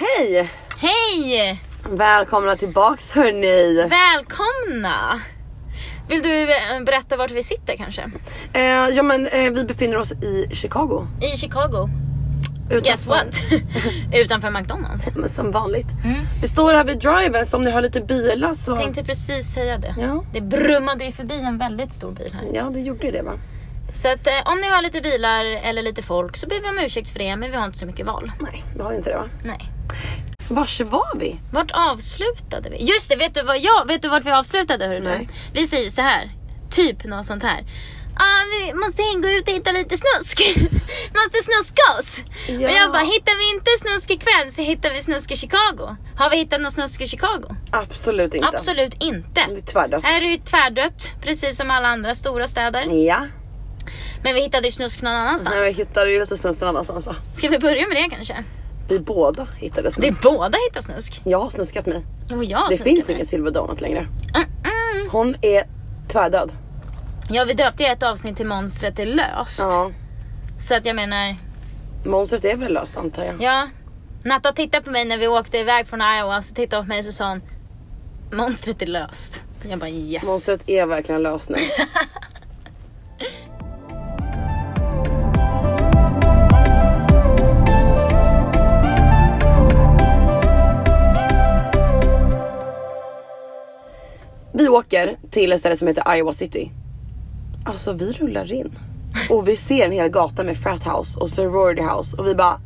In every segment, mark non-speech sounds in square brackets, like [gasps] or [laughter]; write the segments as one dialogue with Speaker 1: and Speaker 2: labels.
Speaker 1: Hej!
Speaker 2: Hej!
Speaker 1: Välkomna tillbaks hörni!
Speaker 2: Välkomna! Vill du eh, berätta vart vi sitter kanske?
Speaker 1: Eh, ja men eh, vi befinner oss i Chicago.
Speaker 2: I Chicago. Guess
Speaker 1: Utanför-
Speaker 2: what? [laughs] Utanför McDonalds.
Speaker 1: Som, som vanligt.
Speaker 2: Mm.
Speaker 1: Vi står här vid driven så om ni hör lite bilar så...
Speaker 2: Tänkte precis säga det.
Speaker 1: Ja.
Speaker 2: Det brummade ju förbi en väldigt stor bil här.
Speaker 1: ja det gjorde ju det va?
Speaker 2: Så att eh, om ni har lite bilar eller lite folk så ber vi om ursäkt för det men vi har inte så mycket val.
Speaker 1: Nej vi har ju inte det va?
Speaker 2: Nej.
Speaker 1: Vars var vi?
Speaker 2: Vart avslutade vi? Just det, vet du, vad jag, vet du vart vi avslutade? Hörru?
Speaker 1: Nej.
Speaker 2: Vi säger så här, typ något sånt här. Ah, vi måste hänga ut och hitta lite snusk. [laughs] måste snuska oss.
Speaker 1: Ja.
Speaker 2: Och jag bara, hittar vi inte snusk ikväll så hittar vi snusk i Chicago. Har vi hittat någon snusk i Chicago?
Speaker 1: Absolut inte.
Speaker 2: Absolut inte.
Speaker 1: Det är tvärdött.
Speaker 2: Här är det ju tvärdött, precis som alla andra stora städer.
Speaker 1: Ja.
Speaker 2: Men vi hittade ju snusk någon
Speaker 1: Mm. Nej, vi
Speaker 2: annanstans.
Speaker 1: hittade ju lite snus någon annanstans va?
Speaker 2: Ska vi börja med det kanske?
Speaker 1: Vi båda hittade snus.
Speaker 2: Vi båda hittar snusk.
Speaker 1: Jag har snuskat mig.
Speaker 2: Och jag
Speaker 1: Mm. det finns
Speaker 2: snuskar mig. Mm.
Speaker 1: ingen silver donut längre.
Speaker 2: Mm-mm.
Speaker 1: Hon är tvärdöd.
Speaker 2: Ja vi döpte ju ett avsnitt till monstret är löst.
Speaker 1: Ja.
Speaker 2: Så att jag menar,
Speaker 1: Monstret är väl löst antar jag.
Speaker 2: ja. Natta tittade på mig när vi åkte iväg från Iowa, så tittade hon på mig och så sa hon Monstret är löst. Jag bara yes.
Speaker 1: Monstret är verkligen löst nu. [laughs] Vi åker till ett ställe som heter Iowa City. Alltså vi rullar in och vi ser en hel gata med frat house och sorority house och vi bara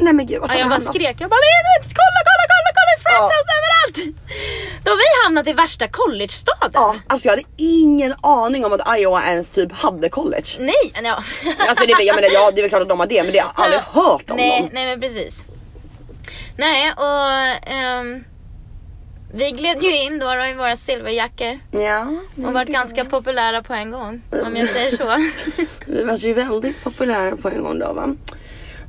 Speaker 1: Nej men gud vart har
Speaker 2: Ja,
Speaker 1: vi
Speaker 2: jag bara
Speaker 1: hamnat?
Speaker 2: skrek, jag bara "Ledigt! kolla kolla kolla kolla friends
Speaker 1: Ja.
Speaker 2: house överallt! Då har vi hamnat i värsta collegestaden.
Speaker 1: Ja, alltså jag hade ingen aning om att Iowa ens typ hade college.
Speaker 2: Nej, nej, ja.
Speaker 1: Alltså det är, det- jag menar, ja, det är väl klart att de har det men det har jag aldrig hört om
Speaker 2: nej,
Speaker 1: dem.
Speaker 2: Nej men precis. Nej och ehm, vi gled ju in då, då i våra silverjackor.
Speaker 1: Ja,
Speaker 2: Och varit ganska populära på en gång. Om jag säger
Speaker 1: [laughs]
Speaker 2: så.
Speaker 1: vi var ju väldigt populära på en gång då va.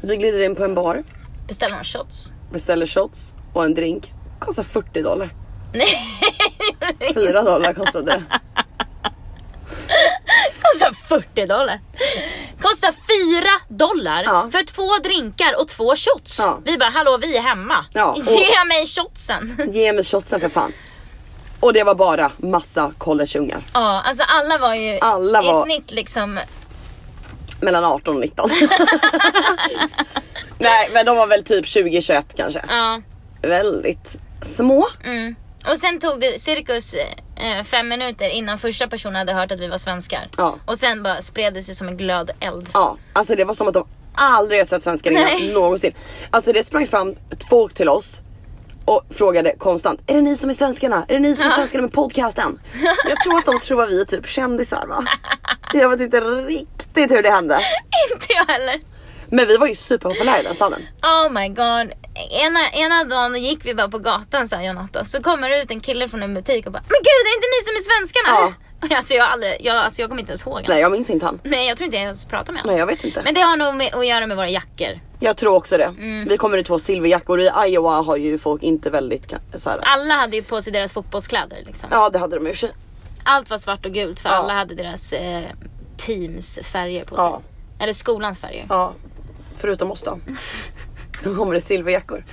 Speaker 1: Vi glider in på en bar,
Speaker 2: Beställer några shots.
Speaker 1: beställer shots och en drink. Kostar 40 dollar.
Speaker 2: Nej,
Speaker 1: 4 dollar kostade det.
Speaker 2: kostar 40 dollar. Kostar 4 dollar
Speaker 1: Ja.
Speaker 2: för två drinkar och två shots.
Speaker 1: Ja.
Speaker 2: Vi bara, hallå vi är hemma.
Speaker 1: Ja, och-
Speaker 2: Ge mig shotsen. [laughs]
Speaker 1: Ge mig shotsen för fan. Och det var bara massa collegeungar.
Speaker 2: Ja, alltså alla var ju
Speaker 1: Alla var-
Speaker 2: i snitt liksom,
Speaker 1: Mellan 18 och [laughs] 19. Nej men de var väl typ 20-21 kanske.
Speaker 2: ja.
Speaker 1: Väldigt små.
Speaker 2: Mm. Och sen tog det cirkus eh, fem minuter innan första personen hade hört att vi var svenskar.
Speaker 1: Ja.
Speaker 2: Och sen bara spred det sig som en glöd eld.
Speaker 1: Ja, alltså det var som att de aldrig har sett svenskar innan
Speaker 2: Nej.
Speaker 1: någonsin. Alltså det sprang fram ett folk till oss och frågade konstant, är det ni som är svenskarna? Är det ni som är svenskarna med podcasten? Jag tror att de tror att vi är typ kändisar va? Jag vet inte riktigt hur det hände.
Speaker 2: [laughs] Inte jag heller.
Speaker 1: Men vi var ju superpopulära i den staden.
Speaker 2: Oh my god. Ena, ena dagen gick vi bara på gatan sa jag och Natta, så kommer det ut en kille från en butik och bara Men gud är det inte ni som är [laughs] svenskarna? Ja. Alltså, jag, har aldrig, jag, alltså, jag kommer inte ens ihåg honom.
Speaker 1: Nej jag minns inte han.
Speaker 2: Nej jag tror inte jag ens pratar med honom.
Speaker 1: Nej jag vet inte.
Speaker 2: Men Mm. det har nog med, att göra med våra jackor.
Speaker 1: Jag tror också det. Vi kommer i två silverjackor i Iowa har ju folk inte väldigt ka- så här.
Speaker 2: Alla hade ju på sig deras fotbollskläder liksom.
Speaker 1: Ja det hade de i och för sig.
Speaker 2: Allt var svart och gult för
Speaker 1: Ja.
Speaker 2: alla hade deras eh, teams färger på sig.
Speaker 1: Ja.
Speaker 2: Eller skolans färger.
Speaker 1: Ja, förutom oss
Speaker 2: [laughs]
Speaker 1: då. Som kommer i silverjackor.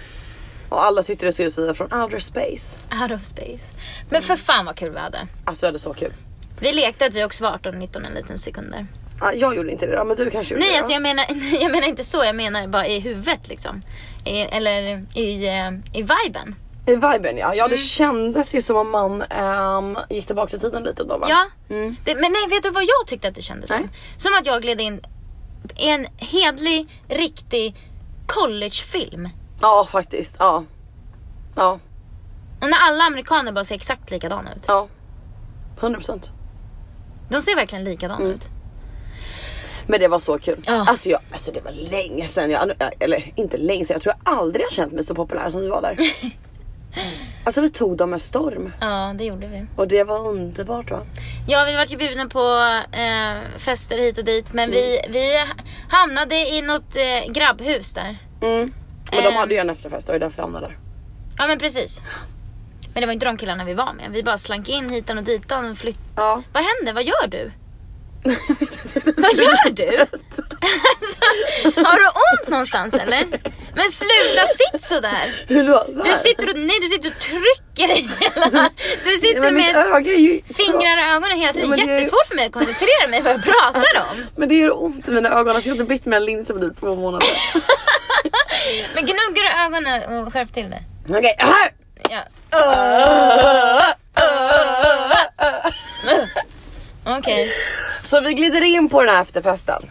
Speaker 1: Och alla tyckte det skulle se ut från outer space.
Speaker 2: Out of space. Men för fan vad kul vi hade.
Speaker 1: Alltså jag hade så kul.
Speaker 2: Vi lekte att vi också var 18 och 19 en liten sekund där.
Speaker 1: Ja, jag gjorde inte det då, men du kanske gjorde
Speaker 2: Nej
Speaker 1: det
Speaker 2: alltså
Speaker 1: då?
Speaker 2: jag menar, [laughs] jag menar inte så, jag menar bara i huvudet liksom. I, eller i, eh, i viben.
Speaker 1: I viben ja, ja
Speaker 2: Mm.
Speaker 1: det kändes ju som om man ehm, gick tillbaka i tiden lite då va?
Speaker 2: Ja.
Speaker 1: Mm.
Speaker 2: Det, men nej vet du vad jag tyckte att det kändes
Speaker 1: Nej.
Speaker 2: som? Som att jag gled in i en hedlig, riktig collegefilm.
Speaker 1: Ja faktiskt, ja. Ja,
Speaker 2: Och när alla amerikaner bara ser exakt likadana ut.
Speaker 1: ja. 100%.
Speaker 2: De ser verkligen likadana ut.
Speaker 1: Men det var så kul.
Speaker 2: Ja.
Speaker 1: Alltså, jag, alltså det var länge sedan jag, eh, eller inte länge sedan, jag tror jag aldrig har känt mig så populär som du var
Speaker 2: [laughs]
Speaker 1: där. alltså vi tog dem med storm
Speaker 2: Ja det gjorde vi.
Speaker 1: och det var underbart va?
Speaker 2: Ja vi vart ju bjudna på eh, fester hit och dit men vi, vi hamnade i något eh, grabbhus där.
Speaker 1: Mm. Men de
Speaker 2: Ehm.
Speaker 1: hade ju en efterfest, det var ju därför jag hamnade där.
Speaker 2: Ja men precis.
Speaker 1: [laughs]
Speaker 2: Men det var inte de killarna vi var med. Vi bara slank in hitan och ditan och flytt.
Speaker 1: Ja.
Speaker 2: Vad händer? Vad gör du? [laughs] Vad gör du? Alltså, har du ont någonstans eller? Men sluta sitt sådär.
Speaker 1: Hur då? Så här.
Speaker 2: Du sitter och, nej, du sitter och trycker i [laughs] hela... Du
Speaker 1: Ja,
Speaker 2: sitter
Speaker 1: men mitt
Speaker 2: med
Speaker 1: öga är ju...
Speaker 2: fingrar i ögonen hela tiden.
Speaker 1: Ja, men det är ju-
Speaker 2: Jättesvårt för mig att koncentrera mig vad jag pratar om.
Speaker 1: Men det gör ont i mina ögon. Alltså, jag har inte bytt mina linser på typ två månader.
Speaker 2: Men gnuggar du ögonen och skärp till det.
Speaker 1: Okej, här!
Speaker 2: Ja. Okej.
Speaker 1: Så vi glider in på den här efterfesten.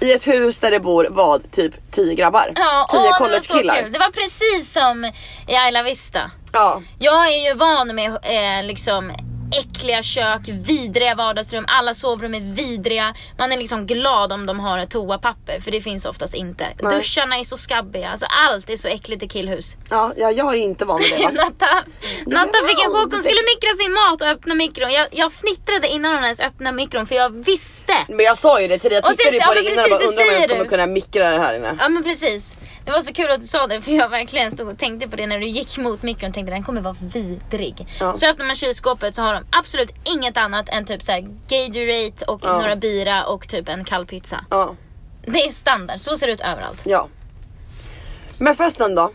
Speaker 1: I ett hus där det bor vad? Typ 10 grabbar? [laughs]
Speaker 2: Ja,
Speaker 1: 10
Speaker 2: åh, det var så
Speaker 1: collegekillar?
Speaker 2: kul. Det var precis som i Ayla Vista.
Speaker 1: Ja.
Speaker 2: Jag är ju van med eh, liksom äckliga kök, vidriga vardagsrum, alla sovrum är vidriga. Man är liksom glad om de har ett toapapper för det finns oftast inte.
Speaker 1: Nej.
Speaker 2: Duscharna är så skabbiga, alltså allt är så äckligt i killhus.
Speaker 1: Ja, ja, jag är inte van vid det. va?
Speaker 2: [laughs] Natta, Natta fick en chock, hon
Speaker 1: aldrig.
Speaker 2: skulle mikra sin mat och öppna mikron. Jag, jag fnittrade innan hon ens öppnade mikron för jag visste.
Speaker 1: Men jag sa ju det till dig,
Speaker 2: Och
Speaker 1: jag tittade
Speaker 2: sen-
Speaker 1: ju
Speaker 2: ja,
Speaker 1: på det
Speaker 2: men
Speaker 1: innan och bara
Speaker 2: precis,
Speaker 1: undrar om jag
Speaker 2: det
Speaker 1: ens
Speaker 2: säger
Speaker 1: kommer
Speaker 2: du.
Speaker 1: kunna mikra det här inne.
Speaker 2: Ja men precis. Det var så kul att du sa det för jag verkligen stod och tänkte på det när du gick mot mikron och tänkte den kommer vara vidrig.
Speaker 1: Ja.
Speaker 2: Så öppnar man kylskåpet så har de absolut inget annat än typ såhär Gatorade och
Speaker 1: Ja.
Speaker 2: några bira och typ en kall pizza.
Speaker 1: Ja,
Speaker 2: Det är standard, så ser det ut överallt.
Speaker 1: ja. Men festen då?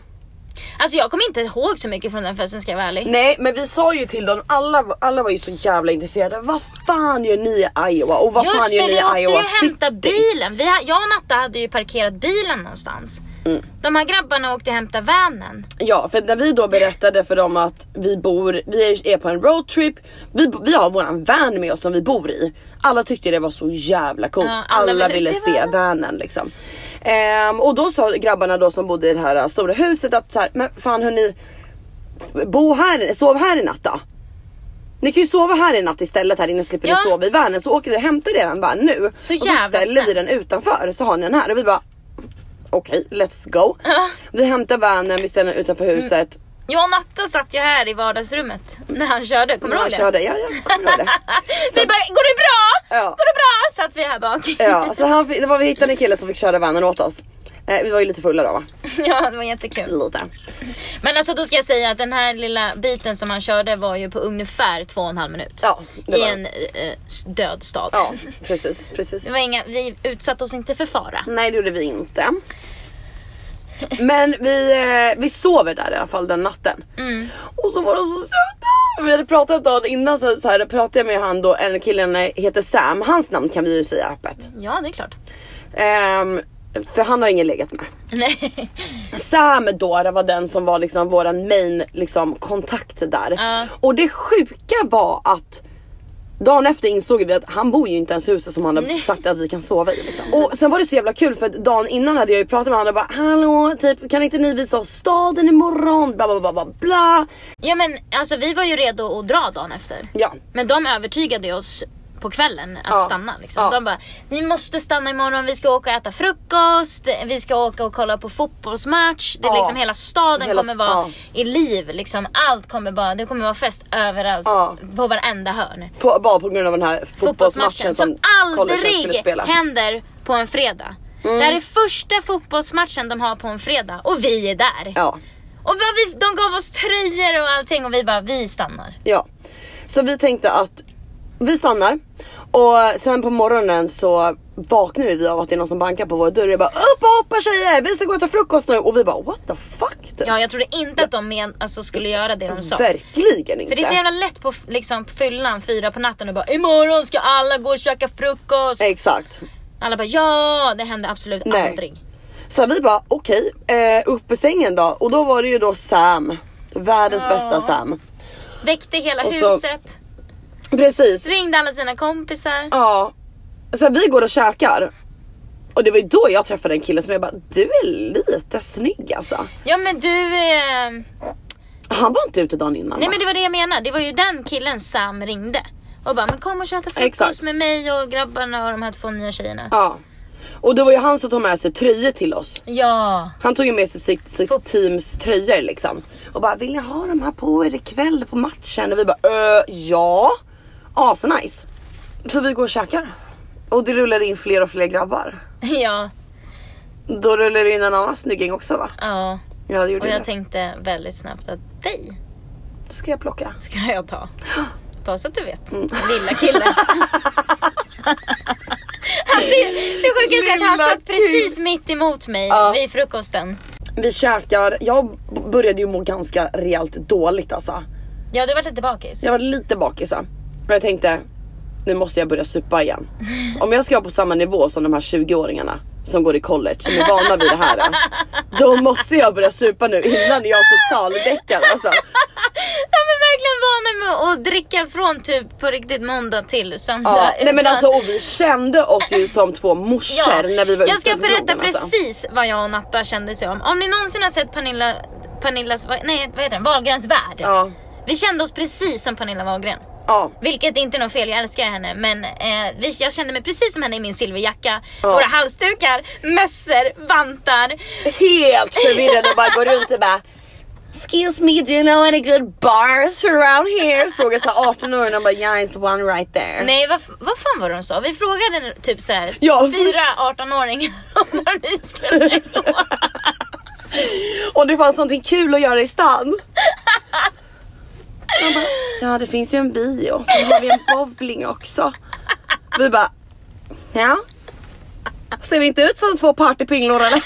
Speaker 2: Alltså jag kommer inte ihåg så mycket från den festen ska jag vara ärlig.
Speaker 1: Nej men vi sa ju till dem, alla, alla var ju så jävla intresserade. Vad fan gör ni i Iowa? Och vad fan
Speaker 2: Just
Speaker 1: gör
Speaker 2: det,
Speaker 1: ni
Speaker 2: vi åkte
Speaker 1: i
Speaker 2: ju
Speaker 1: Iowa
Speaker 2: och hämtade
Speaker 1: City?
Speaker 2: bilen. Vi, ha- jag och Natta hade ju parkerat bilen någonstans.
Speaker 1: Mm.
Speaker 2: De här grabbarna åkte och hämtade vanen.
Speaker 1: Ja, för när vi då berättade för dem att vi bor, vi är- är på en roadtrip, vi, bo- vi har våran van med oss som vi bor i. Alla tyckte det var så jävla coolt.
Speaker 2: Ja,
Speaker 1: alla, ville se,
Speaker 2: vanen.
Speaker 1: vanen liksom. Ehm, och då sa grabbarna då som bodde i det här äh, stora huset att så här, men fan hörni, bo här, sov här i natt då. Ni kan ju sova här i natt istället här inne och slipper
Speaker 2: Ja.
Speaker 1: ni sova i vanen så åker vi och hämtar er van nu.
Speaker 2: Så
Speaker 1: och så
Speaker 2: jävla
Speaker 1: ställer vi
Speaker 2: snällt.
Speaker 1: den utanför så har ni den här och vi bara okej let's go. Vi hämtar vanen, vi ställer den utanför
Speaker 2: Mm.
Speaker 1: huset.
Speaker 2: Jag och Natta satt ju här i vardagsrummet när han körde, kommer du
Speaker 1: Ja,
Speaker 2: ihåg det?
Speaker 1: körde. Ja, jag kommer
Speaker 2: [laughs]
Speaker 1: ihåg det.
Speaker 2: Vi bara, går det bra?
Speaker 1: Ja.
Speaker 2: Går det bra? Satt vi här bak.
Speaker 1: [laughs] Ja, så han fick, det var vi hittade en kille som fick köra vanen åt oss. Eh, vi var ju lite fulla då va?
Speaker 2: Ja, det var jättekul.
Speaker 1: Lite.
Speaker 2: Men alltså då ska jag säga att den här lilla biten som han körde var ju på ungefär två och en halv minut.
Speaker 1: Ja, det var
Speaker 2: I
Speaker 1: det.
Speaker 2: en eh, s- död stad.
Speaker 1: Ja, precis, precis.
Speaker 2: Det var inga, vi utsatte oss inte för fara.
Speaker 1: Nej det gjorde vi inte. Men vi, eh, vi sover där i alla fall den natten.
Speaker 2: Mm.
Speaker 1: Och så var de så söta. Vi hade pratat dagen innan så, så här, pratade jag med han då, en killen heter Sam. Hans namn kan vi ju säga öppet.
Speaker 2: Ja, det är klart. [laughs]
Speaker 1: Ehm, för han har ingen legat med.
Speaker 2: Nej.
Speaker 1: Sam Dora var den som var liksom våran main liksom, kontakt där.
Speaker 2: Ja.
Speaker 1: Och det sjuka var att Dagen efter insåg vi att han bor ju inte ens i huset som han har
Speaker 2: Nej. Mm.
Speaker 1: sagt att vi kan sova i. Liksom. Och sen var det så jävla kul för att dagen innan hade jag ju pratat med honom och bara hallå typ kan inte ni visa oss staden imorgon? Bla bla bla bla bla.
Speaker 2: Ja men alltså vi var ju redo att dra dagen efter.
Speaker 1: Ja,
Speaker 2: Men de övertygade ju oss på kvällen att
Speaker 1: Ja.
Speaker 2: stanna. Liksom.
Speaker 1: Ja.
Speaker 2: De bara, ni måste stanna imorgon, vi ska åka och äta frukost, vi ska åka och kolla på fotbollsmatch. Det är
Speaker 1: Ja.
Speaker 2: liksom, hela staden
Speaker 1: Hela-
Speaker 2: kommer vara
Speaker 1: ja.
Speaker 2: i liv. Liksom. Allt kommer bara, det kommer vara fest överallt,
Speaker 1: Ja.
Speaker 2: på varenda hörn.
Speaker 1: på, bara på grund av den här fotbollsmatchen
Speaker 2: Fotbollsmatchen som,
Speaker 1: som, collegen skulle
Speaker 2: aldrig
Speaker 1: spela. Mm.
Speaker 2: händer på en fredag. Det här är första fotbollsmatchen de har på en fredag och vi är där.
Speaker 1: Ja,
Speaker 2: Och vi, de gav oss tröjor och allting och vi bara, vi stannar.
Speaker 1: ja. Så vi tänkte att vi stannar och sen på morgonen så vaknar vi av att det är någon som bankar på vår dörr. Jag bara upp och hoppa tjejer, vi ska gå och ta frukost nu och vi bara what the fuck? Typ.
Speaker 2: Ja, jag trodde inte att de men, alltså, skulle göra det de sa.
Speaker 1: Verkligen inte.
Speaker 2: För det är så jävla lätt på f- liksom, på fyllan fyra på natten och bara imorgon ska alla gå och käka frukost.
Speaker 1: Exakt.
Speaker 2: Alla bara ja, det hände absolut
Speaker 1: Nej.
Speaker 2: aldrig.
Speaker 1: Så vi bara okej, eh, upp ur sängen då och då var det ju då Sam, världens
Speaker 2: Ja.
Speaker 1: bästa Sam.
Speaker 2: Väckte hela
Speaker 1: Och så-
Speaker 2: huset,
Speaker 1: Precis.
Speaker 2: ringde alla sina kompisar.
Speaker 1: Ja. Så vi går och käkar. Och det var ju då jag träffade en kille som jag bara du är lite snygg alltså.
Speaker 2: Ja men du, eh...
Speaker 1: Han var inte ute dagen innan
Speaker 2: nej
Speaker 1: va?
Speaker 2: men det var det jag menar. Det var ju den killen Sam ringde och bara men kom och käka frukost
Speaker 1: Exakt.
Speaker 2: med mig och grabbarna och de här två nya tjejerna.
Speaker 1: Ja. Och det var ju han som tog med sig tröjor till oss.
Speaker 2: Ja,
Speaker 1: Han tog ju med sig sitt, sitt
Speaker 2: Fot-
Speaker 1: teams tröjor liksom. Och bara vill ni ha de här på er ikväll på matchen? Och vi bara öh ja. Asnice. Så vi går och käkar. Och det rullar in fler och fler grabbar.
Speaker 2: ja, [laughs]
Speaker 1: Då rullar det in en annan snygging också va?
Speaker 2: ja.
Speaker 1: Ja det gjorde
Speaker 2: Och
Speaker 1: det.
Speaker 2: jag tänkte väldigt snabbt att dig
Speaker 1: Då ska jag plocka. [gasps] Mm. [laughs]
Speaker 2: ska jag ta. Bara så att du vet, lilla killen. Han ser, det sjukaste är att han
Speaker 1: Lilla
Speaker 2: satt precis mitt emot mig
Speaker 1: Ja.
Speaker 2: vid frukosten.
Speaker 1: Vi käkar, jag b- började ju må ganska rejält dåligt alltså.
Speaker 2: Ja, du var lite bakis.
Speaker 1: Jag var lite bakis va? och jag tänkte nu måste jag börja supa igen. Om jag ska vara på samma nivå som de här 20-åringarna som går i college som är vana vid det här. eh, Då måste jag börja supa nu innan jag totaldäckar alltså.
Speaker 2: De är verkligen vana med att dricka från typ på riktigt måndag till söndag.
Speaker 1: Ja. Nej men
Speaker 2: utan-
Speaker 1: alltså och vi kände oss ju som två morsor
Speaker 2: Ja,
Speaker 1: när vi var
Speaker 2: jag
Speaker 1: ute
Speaker 2: ska
Speaker 1: på
Speaker 2: berätta
Speaker 1: krogen, alltså.
Speaker 2: precis vad jag och Natta kände sig om. Om ni någonsin har sett Pernilla, Pernillas, vad- nej vad heter den, Wahlgrens värld.
Speaker 1: Ja.
Speaker 2: Vi kände oss precis som Pernilla Wahlgren.
Speaker 1: Ja.
Speaker 2: Vilket inte är något fel, jag älskar henne. Men eh, vi, jag kände mig precis som henne i min silverjacka.
Speaker 1: Ja.
Speaker 2: Våra halsdukar, mössor, vantar.
Speaker 1: Helt förvirrad och bara går runt och bara Excuse me, do you know any good bars around here? Frågar så här 18 år och bara yeah it's one right there.
Speaker 2: Nej vad, f- vad fan var det de sa? Vi frågade typ såhär
Speaker 1: Ja.
Speaker 2: fyra 18-åringar [laughs] om var ni skulle gå.
Speaker 1: Och det fanns någonting kul att göra i stan. Man bara, ja det finns ju en bio, sen har vi en bowling också. Vi bara, ja. Ser vi inte ut som två partypinglor eller?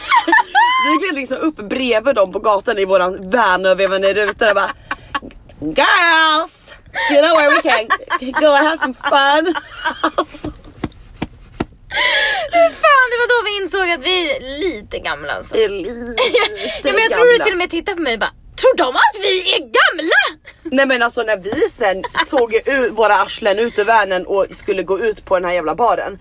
Speaker 1: Vi gled liksom upp bredvid dem på gatan i våran vanövervävande ruta och bara Girls! Do you know where we can go and have some fun? Alltså,
Speaker 2: Fan det var då vi insåg att vi är lite gamla alltså.
Speaker 1: det är lite
Speaker 2: ja, men jag tror du
Speaker 1: gamla.
Speaker 2: till och med tittade på mig och bara Tror de att vi är gamla?
Speaker 1: Nej men alltså när vi sen tog ur våra arslen ut ur värnen och skulle gå ut på den här jävla baren.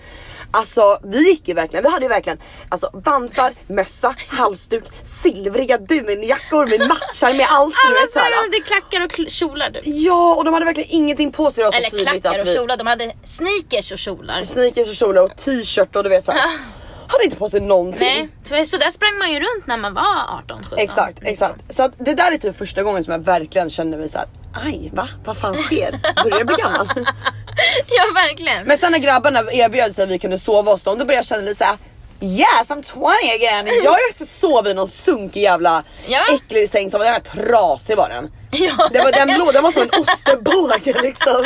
Speaker 1: Alltså vi gick ju verkligen, vi hade ju verkligen alltså, vantar, mössa, halsduk, silvriga dunjackor med matchar med allt. du
Speaker 2: Alla
Speaker 1: vet, så här.
Speaker 2: som hade klackar och kl- kjolar du.
Speaker 1: Ja och de hade verkligen ingenting på sig. Det var så
Speaker 2: Eller
Speaker 1: tydligt
Speaker 2: klackar
Speaker 1: att
Speaker 2: och
Speaker 1: vi,
Speaker 2: kjolar, de hade sneakers och kjolar.
Speaker 1: Sneakers och kjolar och t-shirt och du vet såhär.
Speaker 2: [laughs]
Speaker 1: Hade inte på sig någonting.
Speaker 2: Nej, för så där sprang man ju runt när man var 18, 17.
Speaker 1: Exakt,
Speaker 2: 19.
Speaker 1: exakt. Så att det där är typ första gången som jag verkligen kände mig såhär, aj va? Vad fan sker? Börjar jag bli gammal?
Speaker 2: [laughs] Ja verkligen.
Speaker 1: Men sen när grabbarna erbjöd sig att vi kunde sova hos dem, då började jag känna lite såhär Yes I'm 20 again! Jag har ju faktiskt sovit i någon sunkig jävla
Speaker 2: Ja.
Speaker 1: äcklig säng som var jävla trasig var den.
Speaker 2: ja.
Speaker 1: Det var, den, lå, den var som en ostbåge [laughs] liksom.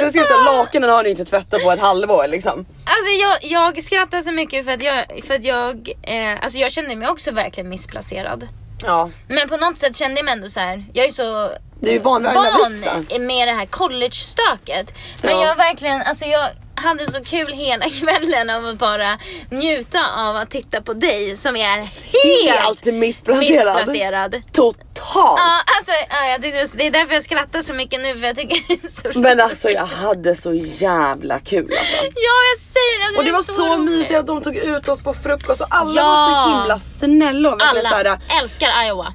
Speaker 1: Sen skulle jag säga lakanen har ni inte tvättat på ett halvår liksom.
Speaker 2: Alltså jag, jag skrattar så mycket för att jag, för att jag, eh, alltså jag kände mig också verkligen missplacerad.
Speaker 1: Ja.
Speaker 2: Men på något sätt kände jag mig ändå så här. jag är så
Speaker 1: Du är ju van vid alla vissa.
Speaker 2: van med det här college-stöket. Men
Speaker 1: Ja.
Speaker 2: jag verkligen, alltså jag hade så kul hela [laughs] kvällen av att bara njuta av att titta på dig som är helt,
Speaker 1: Helt missplacerad.
Speaker 2: missplacerad.
Speaker 1: Totalt.
Speaker 2: Ja, alltså, ja, jag tyckte, det är därför jag skrattar så mycket nu för jag tycker det är så roligt.
Speaker 1: Men alltså jag hade så jävla kul alltså.
Speaker 2: Ja, jag säger det. Alltså,
Speaker 1: Och det var
Speaker 2: är
Speaker 1: så,
Speaker 2: roligt.
Speaker 1: mysigt att de tog ut oss på frukost och alla
Speaker 2: Ja.
Speaker 1: var så himla snälla och verkligen så här, äh,
Speaker 2: Alla älskar Iowa.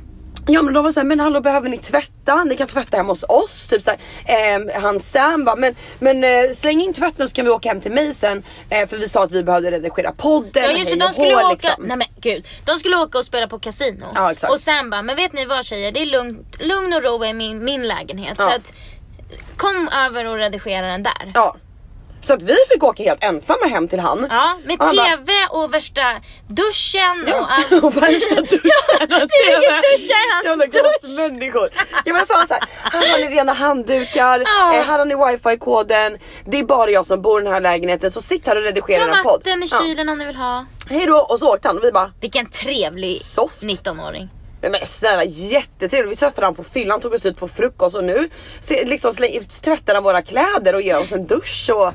Speaker 1: Ja men de var såhär, men hallå behöver ni tvätta? Ni kan tvätta hemma hos oss. Typ såhär, ehm, han Sam bara, men, men eh, släng in tvätten så kan vi åka hem till mig sen. Eh, för vi sa att vi behövde redigera podden.
Speaker 2: Ja
Speaker 1: och
Speaker 2: just det,
Speaker 1: hej
Speaker 2: de
Speaker 1: och
Speaker 2: skulle
Speaker 1: hå,
Speaker 2: åka,
Speaker 1: liksom.
Speaker 2: nej men gud, de skulle åka och spela på kasino.
Speaker 1: Ja, exakt.
Speaker 2: Och sen bara, men vet ni vad tjejer, det är lugnt, lugn och ro i min, min lägenhet.
Speaker 1: Ja.
Speaker 2: Så att kom över och redigera den där.
Speaker 1: Ja. Så att vi fick åka helt ensamma hem till han.
Speaker 2: Ja, med
Speaker 1: Och han bara,
Speaker 2: TV och värsta duschen
Speaker 1: Ja,
Speaker 2: och
Speaker 1: [laughs]
Speaker 2: allt.
Speaker 1: och värsta [laughs] duschen
Speaker 2: Vi fick ju duscha i hans
Speaker 1: Jävla
Speaker 2: dusch.
Speaker 1: människor. Ja men så han såhär, här har ni rena handdukar,
Speaker 2: Ja.
Speaker 1: eh, här har ni wifi-koden, det är bara jag som bor i den här lägenheten så sitt här och redigera
Speaker 2: Ta
Speaker 1: en podd.
Speaker 2: vatten i
Speaker 1: Ja.
Speaker 2: kylen om ni vill ha.
Speaker 1: Hej då och så åkte han och vi bara
Speaker 2: Vilken trevlig
Speaker 1: Soft.
Speaker 2: 19-åring.
Speaker 1: Men, men snälla jättetrevligt, vi träffade han på fyllan, tog oss ut på frukost och nu se- liksom, släng, tvättar han våra kläder och ger oss en dusch
Speaker 2: [laughs]
Speaker 1: och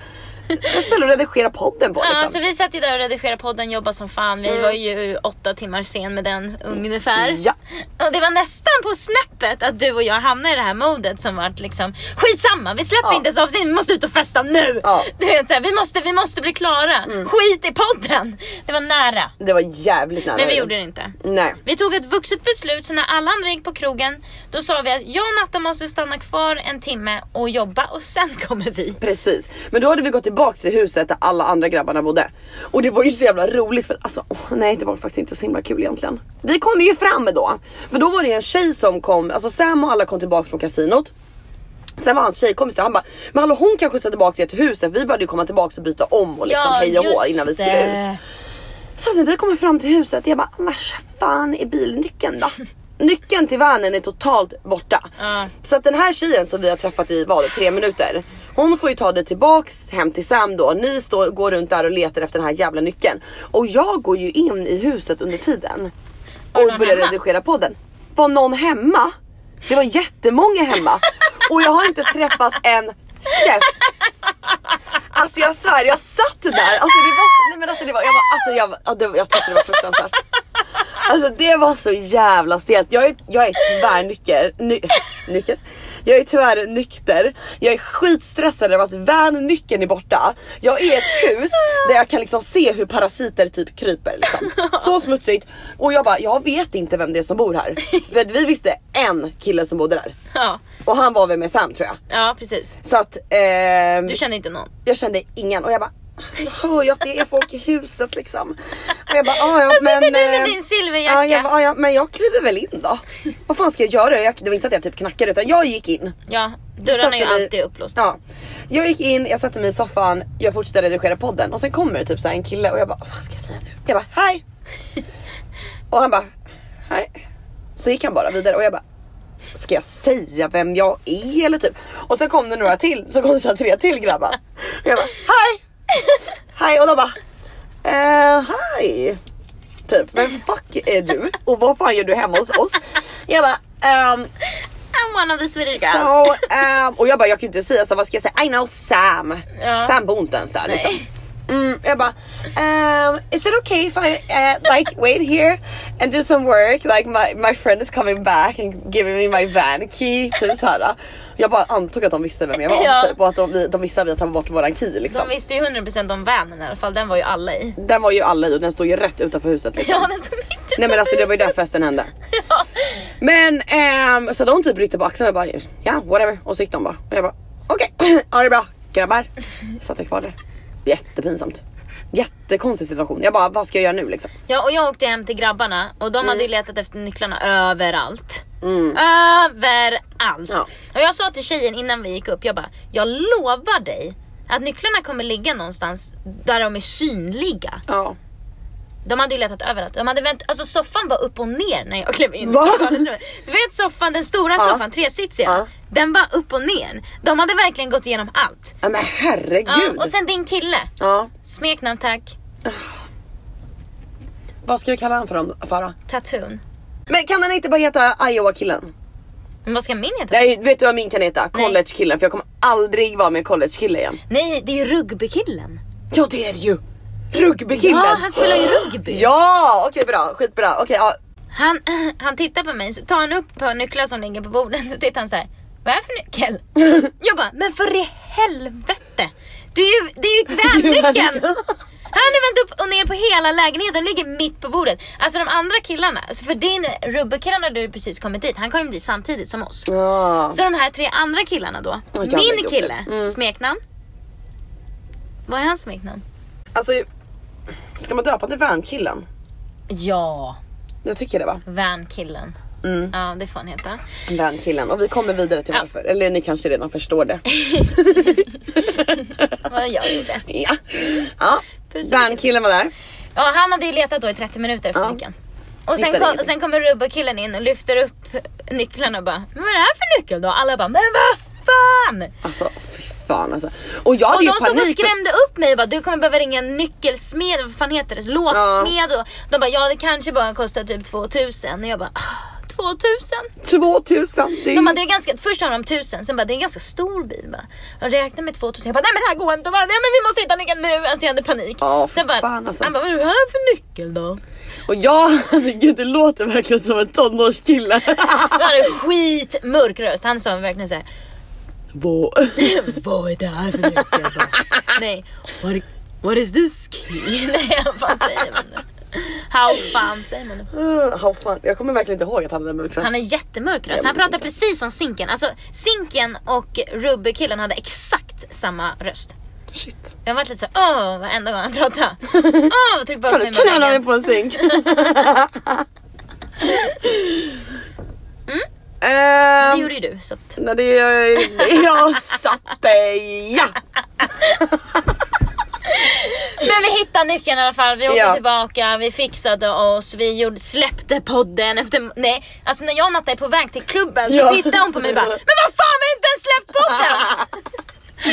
Speaker 1: jag ställer och redigerar podden på
Speaker 2: Ja,
Speaker 1: liksom. Mm.
Speaker 2: så vi satt ju där och redigerade podden, jobbade som fan. Vi var ju åtta timmar sen med den ungefär.
Speaker 1: Ja.
Speaker 2: Och det var nästan på snäppet att du och jag hamnade i det här modet som vart liksom skitsamma, vi släpper
Speaker 1: Ja.
Speaker 2: inte ens avsnitt, vi måste ut och festa nu.
Speaker 1: Ja. Mm.
Speaker 2: Du vet, så här, vi, måste, vi måste bli klara, skit i podden. Det var nära,
Speaker 1: Det var jävligt nära.
Speaker 2: men vi
Speaker 1: det.
Speaker 2: gjorde det inte.
Speaker 1: Nej.
Speaker 2: Vi tog ett vuxet beslut så när alla andra gick på krogen då sa vi att jag och Natta måste stanna kvar en timme och jobba och sen kommer vi.
Speaker 1: Liksom, Precis, men då hade vi gått tillbaks till huset där alla andra grabbarna bodde. Och det var ju så jävla roligt för att alltså, åh, nej det var faktiskt inte så himla kul egentligen. Vi kom ju fram då, för då var det en tjej som kom, alltså Sam och alla kom tillbaka från kasinot. Sen var hans tjejkompis där, han bara, men hallå hon kan skjutsa tillbaka till huset, vi började ju komma tillbaka och byta om och liksom hej och hå
Speaker 2: just
Speaker 1: innan vi skulle ut.
Speaker 2: det.
Speaker 1: Så när vi kommer fram till huset, jag bara, vars fan är bilnyckeln då? Nyckeln till vanen är totalt borta.
Speaker 2: Ja.
Speaker 1: Så att den här tjejen som vi har träffat i vad, tre minuter. Hon får ju ta dig tillbaks hem till Sam då. Ni står, går runt där och letar efter den här jävla nyckeln. Och jag går ju in i huset under tiden.
Speaker 2: Var
Speaker 1: Och
Speaker 2: någon
Speaker 1: börjar
Speaker 2: hemma?
Speaker 1: redigera podden. Var någon hemma? Det var jättemånga hemma. Och jag har inte träffat en käft. Alltså jag svär, jag satt där. Alltså det var, nej men alltså det var, jag var, alltså jag, var- ja, det, var- jag tyckte det var fruktansvärt. Alltså det var så jävla stelt. Jag är, jag är tvärnycker. Ny, nycker? Jag är tyvärr nykter. Jag är skitstressad över att vännyckeln är borta. Jag är i ett hus där jag kan liksom se hur parasiter typ kryper. Liksom. Så smutsigt. Och jag bara, jag vet inte vem det är som bor här. För att vi visste en kille som bodde där.
Speaker 2: Ja,
Speaker 1: Och han var väl med Sam tror jag.
Speaker 2: ja precis.
Speaker 1: Så att ehm,
Speaker 2: Du känner inte någon.
Speaker 1: jag kände ingen och jag bara, alltså, jag hör ju att det är folk i huset liksom. Och jag bara, ah, ja
Speaker 2: Här
Speaker 1: men.
Speaker 2: sitter du
Speaker 1: eh,
Speaker 2: med din silverjacka.
Speaker 1: Ja, jag bara, ah, ja, men jag kliver väl in då. Vad fan ska jag göra? Jag, det var inte så att jag typ knackade utan jag gick in.
Speaker 2: Ja, dörrarna är ju
Speaker 1: satte mig-
Speaker 2: alltid upplåsta.
Speaker 1: Ja. Jag gick in, jag satte mig i soffan, jag fortsatte redigera podden och sen kommer det typ så här en kille och jag bara, vad fan ska jag säga nu? Jag bara,
Speaker 2: [laughs]
Speaker 1: hej! Och han bara, hej. Så gick han bara vidare och jag bara, ska jag säga vem jag är eller typ? Och sen kom det några till, så kom det så här tre till grabbar. Och jag bara,
Speaker 2: [laughs]
Speaker 1: hej! Hej! Och de bara, eh, hej! Typ, vem fuck är du? Och vad fan gör du hemma hos oss? Jag bara, ehm,
Speaker 2: I'm one of the Swedish girls.
Speaker 1: So, ehm, och jag bara jag kan ju inte säga så vad ska jag säga? I know Sam.
Speaker 2: Ja.
Speaker 1: Sam bor inte ens där liksom. Mm, jag bara, ehm, is it okay if I eh, like wait here and do some work? Like my, my friend is coming back and giving me my van key. Typ så här. Jag bara antog att de visste vem jag var
Speaker 2: Ja.
Speaker 1: typ, och att de, vi- de visste att vi hade tagit bort våran key liksom.
Speaker 2: De visste ju 100% om vanen i alla fall, den var ju alla i. [laughs]
Speaker 1: Den var ju alla i och den stod ju rätt utanför huset liksom.
Speaker 2: Ja, den som inte
Speaker 1: Nej men alltså det var ju där festen hände.
Speaker 2: [laughs] Ja.
Speaker 1: Men ehm, så de typ ryckte på axlarna och bara ja whatever och så gick de bara och jag bara okej, [clears throat] ha det bra
Speaker 2: [laughs]
Speaker 1: grabbar. Satt jag kvar där. Jättepinsamt. Jättekonstig situation. Jag bara vad ska jag göra nu liksom?
Speaker 2: ja, och jag åkte hem till grabbarna och de hade ju letat efter nycklarna överallt.
Speaker 1: Mm.
Speaker 2: Överallt.
Speaker 1: Ja.
Speaker 2: Och jag sa till tjejen innan vi gick upp, jag bara, jag lovar dig att nycklarna kommer ligga någonstans där de är synliga.
Speaker 1: Ja.
Speaker 2: De hade ju letat överallt. De hade vänt, alltså soffan var upp och ner när jag klev in. i
Speaker 1: Va?
Speaker 2: vardagsrummet. Du vet soffan, den stora
Speaker 1: Ja.
Speaker 2: soffan, tresitsiga.
Speaker 1: Ja.
Speaker 2: Den var upp och ner. De hade verkligen gått igenom allt.
Speaker 1: ja men
Speaker 2: Ja,
Speaker 1: herregud.
Speaker 2: och sen din kille.
Speaker 1: Ja.
Speaker 2: Smeknamn tack,
Speaker 1: Vad ska vi kalla han för dem för då?
Speaker 2: Tatoon.
Speaker 1: Men kan han inte bara heta Iowa killen?
Speaker 2: Men vad ska min heta? Nej,
Speaker 1: Nej vet du vad min kan heta?
Speaker 2: Nej.
Speaker 1: College killen för jag kommer aldrig vara med college kille igen.
Speaker 2: det är ju rugbykillen.
Speaker 1: Ja det är det ju! Rugbykillen!
Speaker 2: Ja, han spelar ju rugby.
Speaker 1: Ja okej bra, skitbra. Okej ja.
Speaker 2: Han, [clears throat] han tittar på mig, så tar han upp på nycklar som ligger på bordet så tittar han så här. Vad är det för [laughs] nyckel? Jag bara, men för i helvete! Det är ju, [laughs] det är ju vännyckeln! Han hade vänt upp och ner på hela lägenheten och ligger mitt på bordet. Alltså de andra killarna, alltså för din rubbekillen hade ju precis kommit dit, han kom ju dit samtidigt som oss.
Speaker 1: Ja.
Speaker 2: Så de här tre andra killarna då,
Speaker 1: jävla
Speaker 2: min
Speaker 1: gubbe.
Speaker 2: kille,
Speaker 1: Mm.
Speaker 2: smeknamn? Vad är hans smeknamn?
Speaker 1: Alltså, ska man döpa till vänkillen?
Speaker 2: Ja,
Speaker 1: Jag tycker det va?
Speaker 2: vänkillen.
Speaker 1: Mm.
Speaker 2: Ja, det får han heta.
Speaker 1: Vänkillen. Och vi kommer vidare till
Speaker 2: Ja.
Speaker 1: varför. Eller ni kanske redan förstår
Speaker 2: [laughs]
Speaker 1: det.
Speaker 2: Vad jag gjorde.
Speaker 1: ja. ja.
Speaker 2: Puss och
Speaker 1: Vänkillen var där.
Speaker 2: Ja, han hade ju letat då i 30 minuter efter
Speaker 1: Ja.
Speaker 2: nyckeln. Och sen,
Speaker 1: Hittade
Speaker 2: kom,
Speaker 1: ingenting.
Speaker 2: sen kommer Rubba-killen in och lyfter upp nycklarna och bara Men vad är det här för nyckel då? Alla bara Men vad fan!
Speaker 1: Alltså fy fan alltså. Och jag
Speaker 2: Och
Speaker 1: hade
Speaker 2: de
Speaker 1: ju
Speaker 2: stod och
Speaker 1: panik.
Speaker 2: skrämde upp mig och bara du kommer behöva ringa en nyckelsmed, vad fan heter det? Låssmed och de bara ja det kanske bara kostar typ 2000 och jag bara "Ah, 2000?
Speaker 1: 2000. Det är...
Speaker 2: De bara, det är ganska, först sa de 1000 sen bara det är en ganska stor bil bara. Och räkna med 2000, jag bara nej men det här går inte, Och bara, nej men vi måste hitta nyckeln nu, alltså jag hade panik.
Speaker 1: Ja,
Speaker 2: sen bara,
Speaker 1: fan, alltså.
Speaker 2: han bara vad är det här för nyckel då?
Speaker 1: Och jag, [laughs] gud det låter verkligen som en
Speaker 2: [laughs]
Speaker 1: tonårskille.
Speaker 2: Han hade skitmörk röst, han sa verkligen såhär
Speaker 1: Vad-
Speaker 2: Vad är det här för nyckel då?
Speaker 1: [laughs]
Speaker 2: Nej, [laughs] what, what is this key? Nej, vad säger man nu? How fan säger man nu?
Speaker 1: Mm, How fan. Jag kommer verkligen inte ihåg att han hade mörk röst.
Speaker 2: Han är jättemörk röst, han pratar precis som Zinken. Alltså Zinken och Rubbe-killen hade exakt samma röst.
Speaker 1: Shit.
Speaker 2: Jag varit lite så här, åh varenda gång
Speaker 1: [laughs]
Speaker 2: han pratade. Åh, tryck bara
Speaker 1: Ta
Speaker 2: på
Speaker 1: du
Speaker 2: mig
Speaker 1: knäna mig
Speaker 2: med
Speaker 1: på en
Speaker 2: [laughs]
Speaker 1: zink.
Speaker 2: Mm? Det
Speaker 1: Ehm,
Speaker 2: gjorde ju du så att,
Speaker 1: Nej, det [laughs] jag satt dig, ja!
Speaker 2: Men vi hittade nyckeln i alla fall, vi åkte
Speaker 1: Ja.
Speaker 2: tillbaka, vi fixade oss, vi gjorde, släppte podden efter... Nej, alltså när jag och Natta är på väg till klubben så
Speaker 1: Ja.
Speaker 2: tittar hon på mig och bara Men vad fan vi har inte ens släppt podden!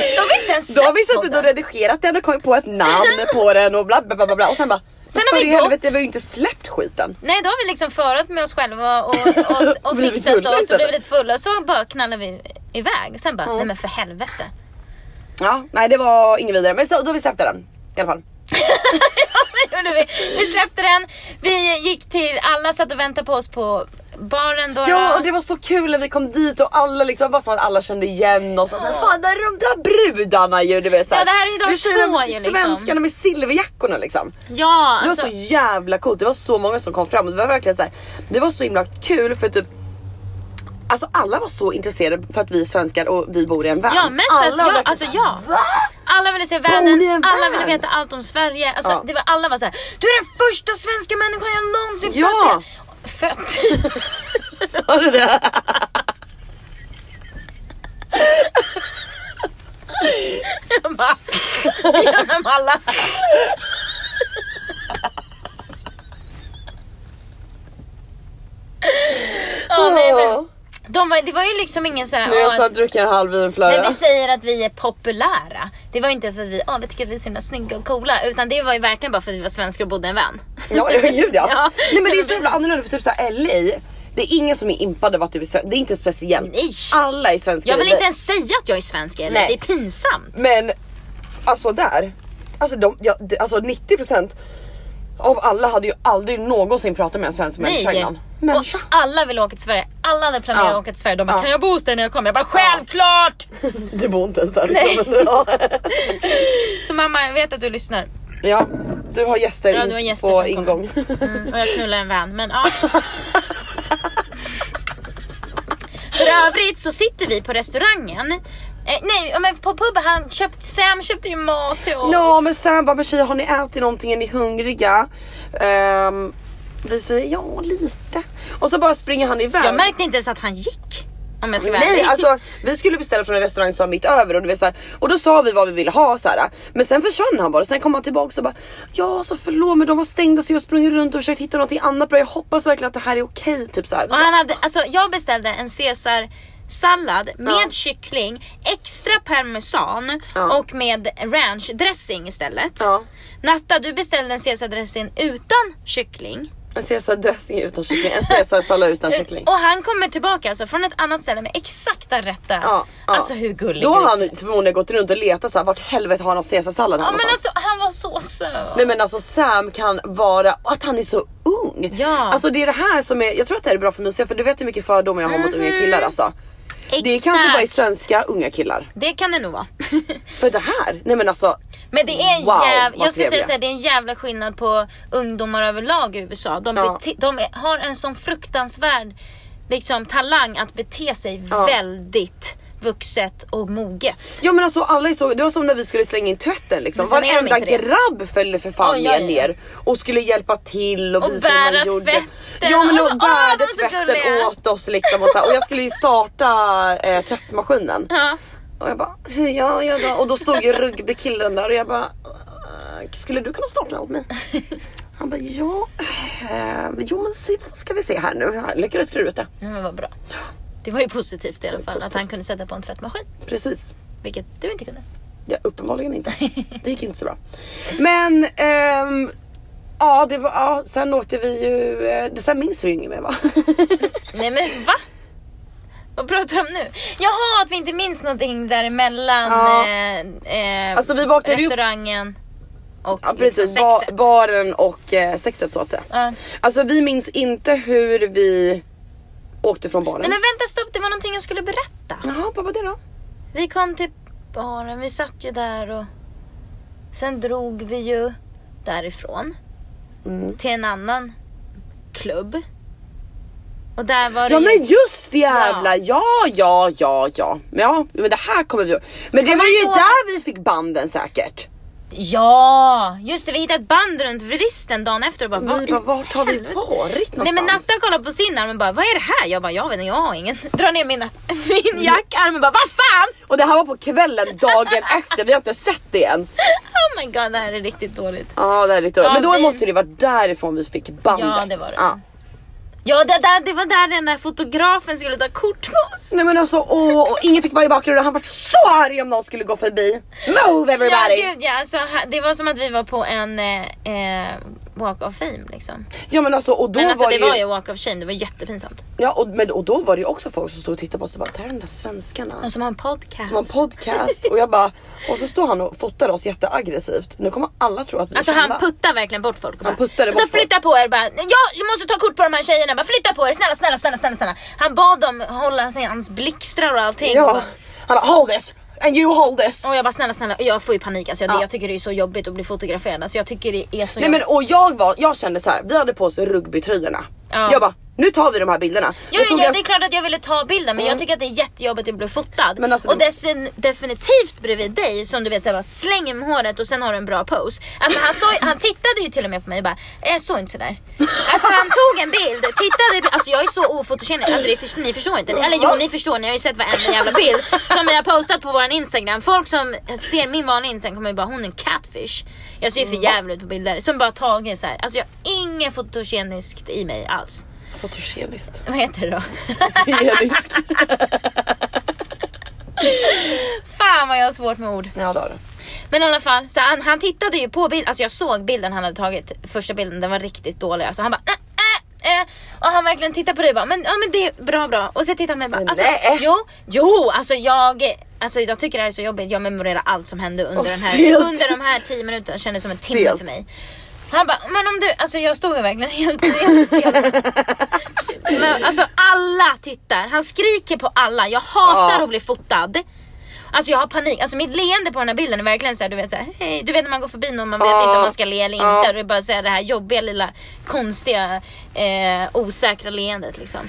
Speaker 2: De har inte ens
Speaker 1: Då har
Speaker 2: släppt
Speaker 1: vi suttit och
Speaker 2: podden.
Speaker 1: redigerat den och kommit på ett namn på den och bla bla bla bla, bla. och sen bara
Speaker 2: Sen har
Speaker 1: för
Speaker 2: vi
Speaker 1: i
Speaker 2: gått.
Speaker 1: helvete vi har ju inte släppt skiten.
Speaker 2: Nej då har vi liksom förat med oss själva och,
Speaker 1: [laughs]
Speaker 2: och, och
Speaker 1: Blivit
Speaker 2: fixat
Speaker 1: fulla
Speaker 2: oss och
Speaker 1: istället.
Speaker 2: blivit lite fulla så bara knallar vi iväg. Sen bara, nej men för helvete. [laughs]
Speaker 1: Ja, nej det var inget vidare men så, då har vi släppt den i alla fall.
Speaker 2: Det gjorde vi. vi släppte den, vi gick till, alla satt och väntade på oss på baren då.
Speaker 1: Ja och det var så kul när vi kom dit och alla liksom bara som att alla kände igen oss och så här, fan där är de där brudarna ju du vet så
Speaker 2: Ja, det här är ju de
Speaker 1: Det tjejerna-
Speaker 2: två ju, liksom.
Speaker 1: Svenskarna med silverjackorna liksom.
Speaker 2: ja
Speaker 1: Det var
Speaker 2: alltså,
Speaker 1: så jävla coolt, det var så många som kom fram och det var verkligen så här, det var så himla kul för typ Alltså alla var så intresserade för att vi är svenskar och vi bor i en värld.
Speaker 2: ja mest att,
Speaker 1: alla var
Speaker 2: ja,
Speaker 1: verkligen
Speaker 2: alltså
Speaker 1: så här,
Speaker 2: ja.
Speaker 1: "Va?" [laughs]
Speaker 2: Alla ville se
Speaker 1: Bor ni i en
Speaker 2: världen, alla ville
Speaker 1: värld?
Speaker 2: veta allt om Sverige. Alltså,
Speaker 1: Ja.
Speaker 2: det var, alla var såhär, du är den första svenska människan jag någonsin
Speaker 1: Ja.
Speaker 2: fött. i." Fött? [laughs]
Speaker 1: Sa du det?
Speaker 2: Jag bara, ja, men alla. Ja, nej, men, de var, det var ju liksom ingen såhär,
Speaker 1: Nu har jag
Speaker 2: "Åh,
Speaker 1: snart druckit en halv vinflöra.
Speaker 2: Nej vi säger att vi är populära. Det var ju inte för att vi, åh vi tycker att vi är så himla snygga och coola. Utan det var ju verkligen bara för att vi var svenskar och bodde i en van.
Speaker 1: Ja, ja gud ja.
Speaker 2: [laughs] Ja.
Speaker 1: Nej men det är så jävla annorlunda för typ såhär LA, det är ingen som är impad över att du är svensk, det är inte speciellt.
Speaker 2: Nej.
Speaker 1: Alla är svenskar.
Speaker 2: Jag vill
Speaker 1: i
Speaker 2: inte
Speaker 1: LA.
Speaker 2: ens säga att jag är svensk eller?
Speaker 1: Nej.
Speaker 2: Det är pinsamt.
Speaker 1: Men alltså där, alltså, de, ja, det- alltså 90% av alla hade ju aldrig någonsin pratat med en svensk människa
Speaker 2: Nej.
Speaker 1: innan.
Speaker 2: Och
Speaker 1: Människa.
Speaker 2: alla vill åka till Sverige. Alla hade planerat
Speaker 1: Ja.
Speaker 2: att åka till Sverige. De bara,
Speaker 1: Ja.
Speaker 2: kan jag bo hos dig när jag kommer? Jag bara, självklart!
Speaker 1: Du bor inte ens där.
Speaker 2: Nej.
Speaker 1: liksom. Ja.
Speaker 2: Så mamma, jag vet att du lyssnar.
Speaker 1: [laughs] ja, du har gäster,
Speaker 2: Ja,
Speaker 1: in
Speaker 2: du har gäster
Speaker 1: på
Speaker 2: som
Speaker 1: ingång.
Speaker 2: Mm, och jag knullar en vän, men ja. För övrigt så sitter vi på restaurangen. Eh, nej, ja, men på puben, han köpt, Sam köpte ju mat till oss.
Speaker 1: [laughs] Ja men sen bara men tjejer har ni ätit någonting, är ni hungriga? Ehm, vi säger ja lite. Och så bara springer han iväg.
Speaker 2: Jag märkte inte ens att han gick. Om jag ska vara
Speaker 1: Nej
Speaker 2: [laughs] ärlig.
Speaker 1: alltså vi skulle beställa från en restaurang som var mitt över och, du vet, så här, och då sa vi vad vi ville ha så här. Men sen försvann han bara och sen kom han tillbaka och bara Ja så förlåt men de var stängda så jag sprang runt och försökte hitta någonting annat bra. Jag hoppas verkligen att det här är okej typ så här.
Speaker 2: Och han hade, alltså, jag beställde en Caesar sallad med
Speaker 1: Ja.
Speaker 2: kyckling, extra parmesan
Speaker 1: Ja.
Speaker 2: och med ranch dressing istället.
Speaker 1: Ja.
Speaker 2: Natta, du beställde en Caesar dressing utan kyckling.
Speaker 1: En Caesar dressing utan kyckling, en Caesar sallad utan kyckling.
Speaker 2: Och han kommer tillbaka alltså från ett annat ställe med exakt den rätta.
Speaker 1: Ja, ja.
Speaker 2: Alltså hur gullig
Speaker 1: Då
Speaker 2: du
Speaker 1: har
Speaker 2: är.
Speaker 1: han förmodligen gått runt och letat så här, vart helvete har han av Caesarsallad här
Speaker 2: Ja men
Speaker 1: någonstans?
Speaker 2: alltså han var så söt.
Speaker 1: Nej men alltså Sam kan vara, och att han är så ung.
Speaker 2: Ja.
Speaker 1: Alltså det är det här som är, jag tror att det här är bra för mysiga för du vet hur mycket fördomar jag har mot unga killar alltså.
Speaker 2: Exakt.
Speaker 1: Det är kanske bara i svenska unga killar.
Speaker 2: Det kan det nog vara. [laughs]
Speaker 1: För det här, nej men alltså.
Speaker 2: Men det är en
Speaker 1: Wow,
Speaker 2: jävla,
Speaker 1: vad
Speaker 2: jag ska säga
Speaker 1: trevliga.
Speaker 2: så här, det är en jävla skillnad på ungdomar överlag i USA. De,
Speaker 1: Ja.
Speaker 2: bete, de är, har en sån fruktansvärd liksom, talang att bete sig
Speaker 1: Ja.
Speaker 2: väldigt vuxet och moget.
Speaker 1: Ja men alltså alla är så, det var som när vi skulle slänga in tvätten liksom.
Speaker 2: Men sen är de
Speaker 1: Varenda
Speaker 2: inte det.
Speaker 1: grabb föll för fan
Speaker 2: Oj, oj, oj.
Speaker 1: ner och skulle hjälpa till och,
Speaker 2: Och
Speaker 1: visa hur
Speaker 2: bära
Speaker 1: man gjorde.
Speaker 2: tvätten.
Speaker 1: Ja men
Speaker 2: Alltså,
Speaker 1: och
Speaker 2: åh, de
Speaker 1: bärde
Speaker 2: var så
Speaker 1: tvätten
Speaker 2: gulliga.
Speaker 1: åt oss liksom och, så här. och jag skulle ju starta eh, tvättmaskinen.
Speaker 2: Ja.
Speaker 1: Och jag bara, hur gör jag då? Och då stod ju rugbykillen där och jag bara, "Eh, skulle du kunna starta åt mig? Han bara, ja, eh, jo men se, ska vi se här nu. Han lyckades klura ut det.
Speaker 2: Ja, Men vad bra. Det var ju positivt i alla fall att
Speaker 1: positivt.
Speaker 2: han kunde sätta på en tvättmaskin.
Speaker 1: Precis.
Speaker 2: Vilket du inte kunde.
Speaker 1: Ja, uppenbarligen inte. Det gick inte så bra. Men ehm, ja, det var, ja, sen åkte vi ju, eh, det, sen minns vi ju inget mer
Speaker 2: [laughs]
Speaker 1: va?
Speaker 2: Nej men va? Vad pratar du om nu? Jaha att vi inte minns någonting däremellan
Speaker 1: Ja.
Speaker 2: eh, eh,
Speaker 1: Alltså, vi vaknade ju upp-
Speaker 2: restaurangen och
Speaker 1: Ja
Speaker 2: liksom,
Speaker 1: precis, ba,
Speaker 2: sexet.
Speaker 1: baren och eh, sexet så att säga.
Speaker 2: Ja.
Speaker 1: Alltså vi minns inte hur vi åkte från baren.
Speaker 2: Nej men vänta stopp, det var någonting jag skulle berätta.
Speaker 1: Jaha, vad var det då?
Speaker 2: Vi kom till baren, vi satt ju där och sen drog vi ju därifrån
Speaker 1: Mm.
Speaker 2: till en annan klubb. Och där var det
Speaker 1: Ja
Speaker 2: ju-
Speaker 1: men just det jävla, ja ja ja ja. Men ja men det här kommer vi Men det
Speaker 2: Kommer
Speaker 1: var ju
Speaker 2: inte ihåg-
Speaker 1: där vi fick banden säckert.
Speaker 2: Ja! Just det, vi hittade ett band runt vristen dagen efter och bara
Speaker 1: Vi bara,
Speaker 2: "Vad i
Speaker 1: vart har vi
Speaker 2: helvete?"
Speaker 1: varit någonstans?
Speaker 2: Nej men Natta kollade på sin arm och bara vad är det här? Jag bara jag vet inte, jag har ingen. [laughs] Drar ner min, min jackarm och bara vad fan!
Speaker 1: Och det här var på kvällen [laughs] dagen efter, vi har inte sett det än.
Speaker 2: Oh my god det här är riktigt dåligt.
Speaker 1: Ja det här är lite
Speaker 2: Ja,
Speaker 1: Men då
Speaker 2: vi-
Speaker 1: måste det vara därifrån vi fick bandet.
Speaker 2: Ja, det var det.
Speaker 1: Ja.
Speaker 2: Ja det, där, det var där den där fotografen skulle ta kort på oss.
Speaker 1: Nej men alltså åh, och ingen fick vara i bakgrunden han var så arg om någon skulle gå förbi. Move everybody!
Speaker 2: Ja, gud, ja, alltså, ha- det var som att vi var på en eh, eh, walk of fame liksom.
Speaker 1: Ja men alltså och då
Speaker 2: Men alltså
Speaker 1: var
Speaker 2: det
Speaker 1: det,
Speaker 2: var
Speaker 1: ju,
Speaker 2: ju walk of shame, det var jättepinsamt.
Speaker 1: ja, och, men, och då var det ju också folk som stod och tittade på oss och bara det här är de där svenskarna.
Speaker 2: Och som har en podcast.
Speaker 1: Som har en podcast och jag bara och så står han och fotar oss jätteaggressivt. Nu kommer alla tro att vi är
Speaker 2: Alltså
Speaker 1: kända.
Speaker 2: han puttar verkligen bort folk. och
Speaker 1: Han
Speaker 2: bara,
Speaker 1: puttade
Speaker 2: och så
Speaker 1: bort folk.
Speaker 2: flytta på er bara, "Ja, jag måste ta kort på de här tjejerna, bara flytta på er, snälla snälla snälla snälla. snälla. Han bad dem hålla sig, hans blixtrar och allting. Och,
Speaker 1: Ja.
Speaker 2: bara,
Speaker 1: Han bara hold this and you hold this.
Speaker 2: och jag bara snälla snälla, jag får ju panik alltså. Jag, det,
Speaker 1: Ja.
Speaker 2: jag tycker det är så jobbigt att bli fotograferad. Alltså jag tycker det är så
Speaker 1: Nej
Speaker 2: jobbigt.
Speaker 1: men och jag var, jag kände så här, vi hade på oss rugbytröjorna.
Speaker 2: Ja.
Speaker 1: Jag bara nu tar vi de här bilderna.
Speaker 2: Jo,
Speaker 1: Då
Speaker 2: jo,
Speaker 1: tog
Speaker 2: jo,
Speaker 1: jag-
Speaker 2: det är klart att jag ville ta bilden men
Speaker 1: Mm.
Speaker 2: jag tycker att det är jättejobbigt att bli fotad.
Speaker 1: Men alltså,
Speaker 2: och
Speaker 1: det-
Speaker 2: dessutom definitivt bredvid dig som du vet såhär, bara slänger med håret och sen har du en bra pose. Alltså han, såg, han tittade ju till och med på mig och bara, jag såg inte sådär. Alltså han tog en bild, tittade, i bi- alltså jag är så ofotogenig, alltså, det är- ni förstår inte. Eller jo ni förstår, ni har ju sett varenda jävla bild som vi har postat på våran instagram. Folk som ser min vanliga instagram kommer ju bara, hon är en catfish. Jag ser ju
Speaker 1: Mm.
Speaker 2: för jävligt ut på bilder. Som bara tagit såhär, alltså jag har inget fotogeniskt i mig alls.
Speaker 1: Fotogeniskt.
Speaker 2: [laughs] Vad heter det då?
Speaker 1: Genisk.
Speaker 2: Fan vad jag har svårt med ord.
Speaker 1: ja det har du.
Speaker 2: Men i alla fall, så han, han tittade ju på bilden, alltså jag såg bilden han hade tagit, första bilden, den var riktigt dålig. Alltså han bara äh, äh, äh. Och han verkligen tittade på dig och bara, men, ja, men det är bra bra. Och så tittade han mig bara,
Speaker 1: Men
Speaker 2: alltså,
Speaker 1: nej.
Speaker 2: jo, jo, alltså jag, alltså jag tycker det här är så jobbigt, jag memorerar allt som hände under,
Speaker 1: Och
Speaker 2: den här,
Speaker 1: stelt.
Speaker 2: under de här 10 minuterna, kändes som en timme
Speaker 1: Stelt.
Speaker 2: för mig. Han bara, men om du, alltså jag stod ju verkligen helt, helt stel. Shit. Men, alltså alla tittar, han skriker på alla, jag hatar
Speaker 1: Ja.
Speaker 2: att bli fotad. Alltså jag har panik, alltså mitt leende på den här bilden är verkligen såhär du vet såhär, hej, du vet när man går förbi någon man vet
Speaker 1: Ja.
Speaker 2: inte om man ska le eller inte
Speaker 1: Ja.
Speaker 2: och det är bara såhär det här jobbiga lilla konstiga eh, osäkra leendet liksom.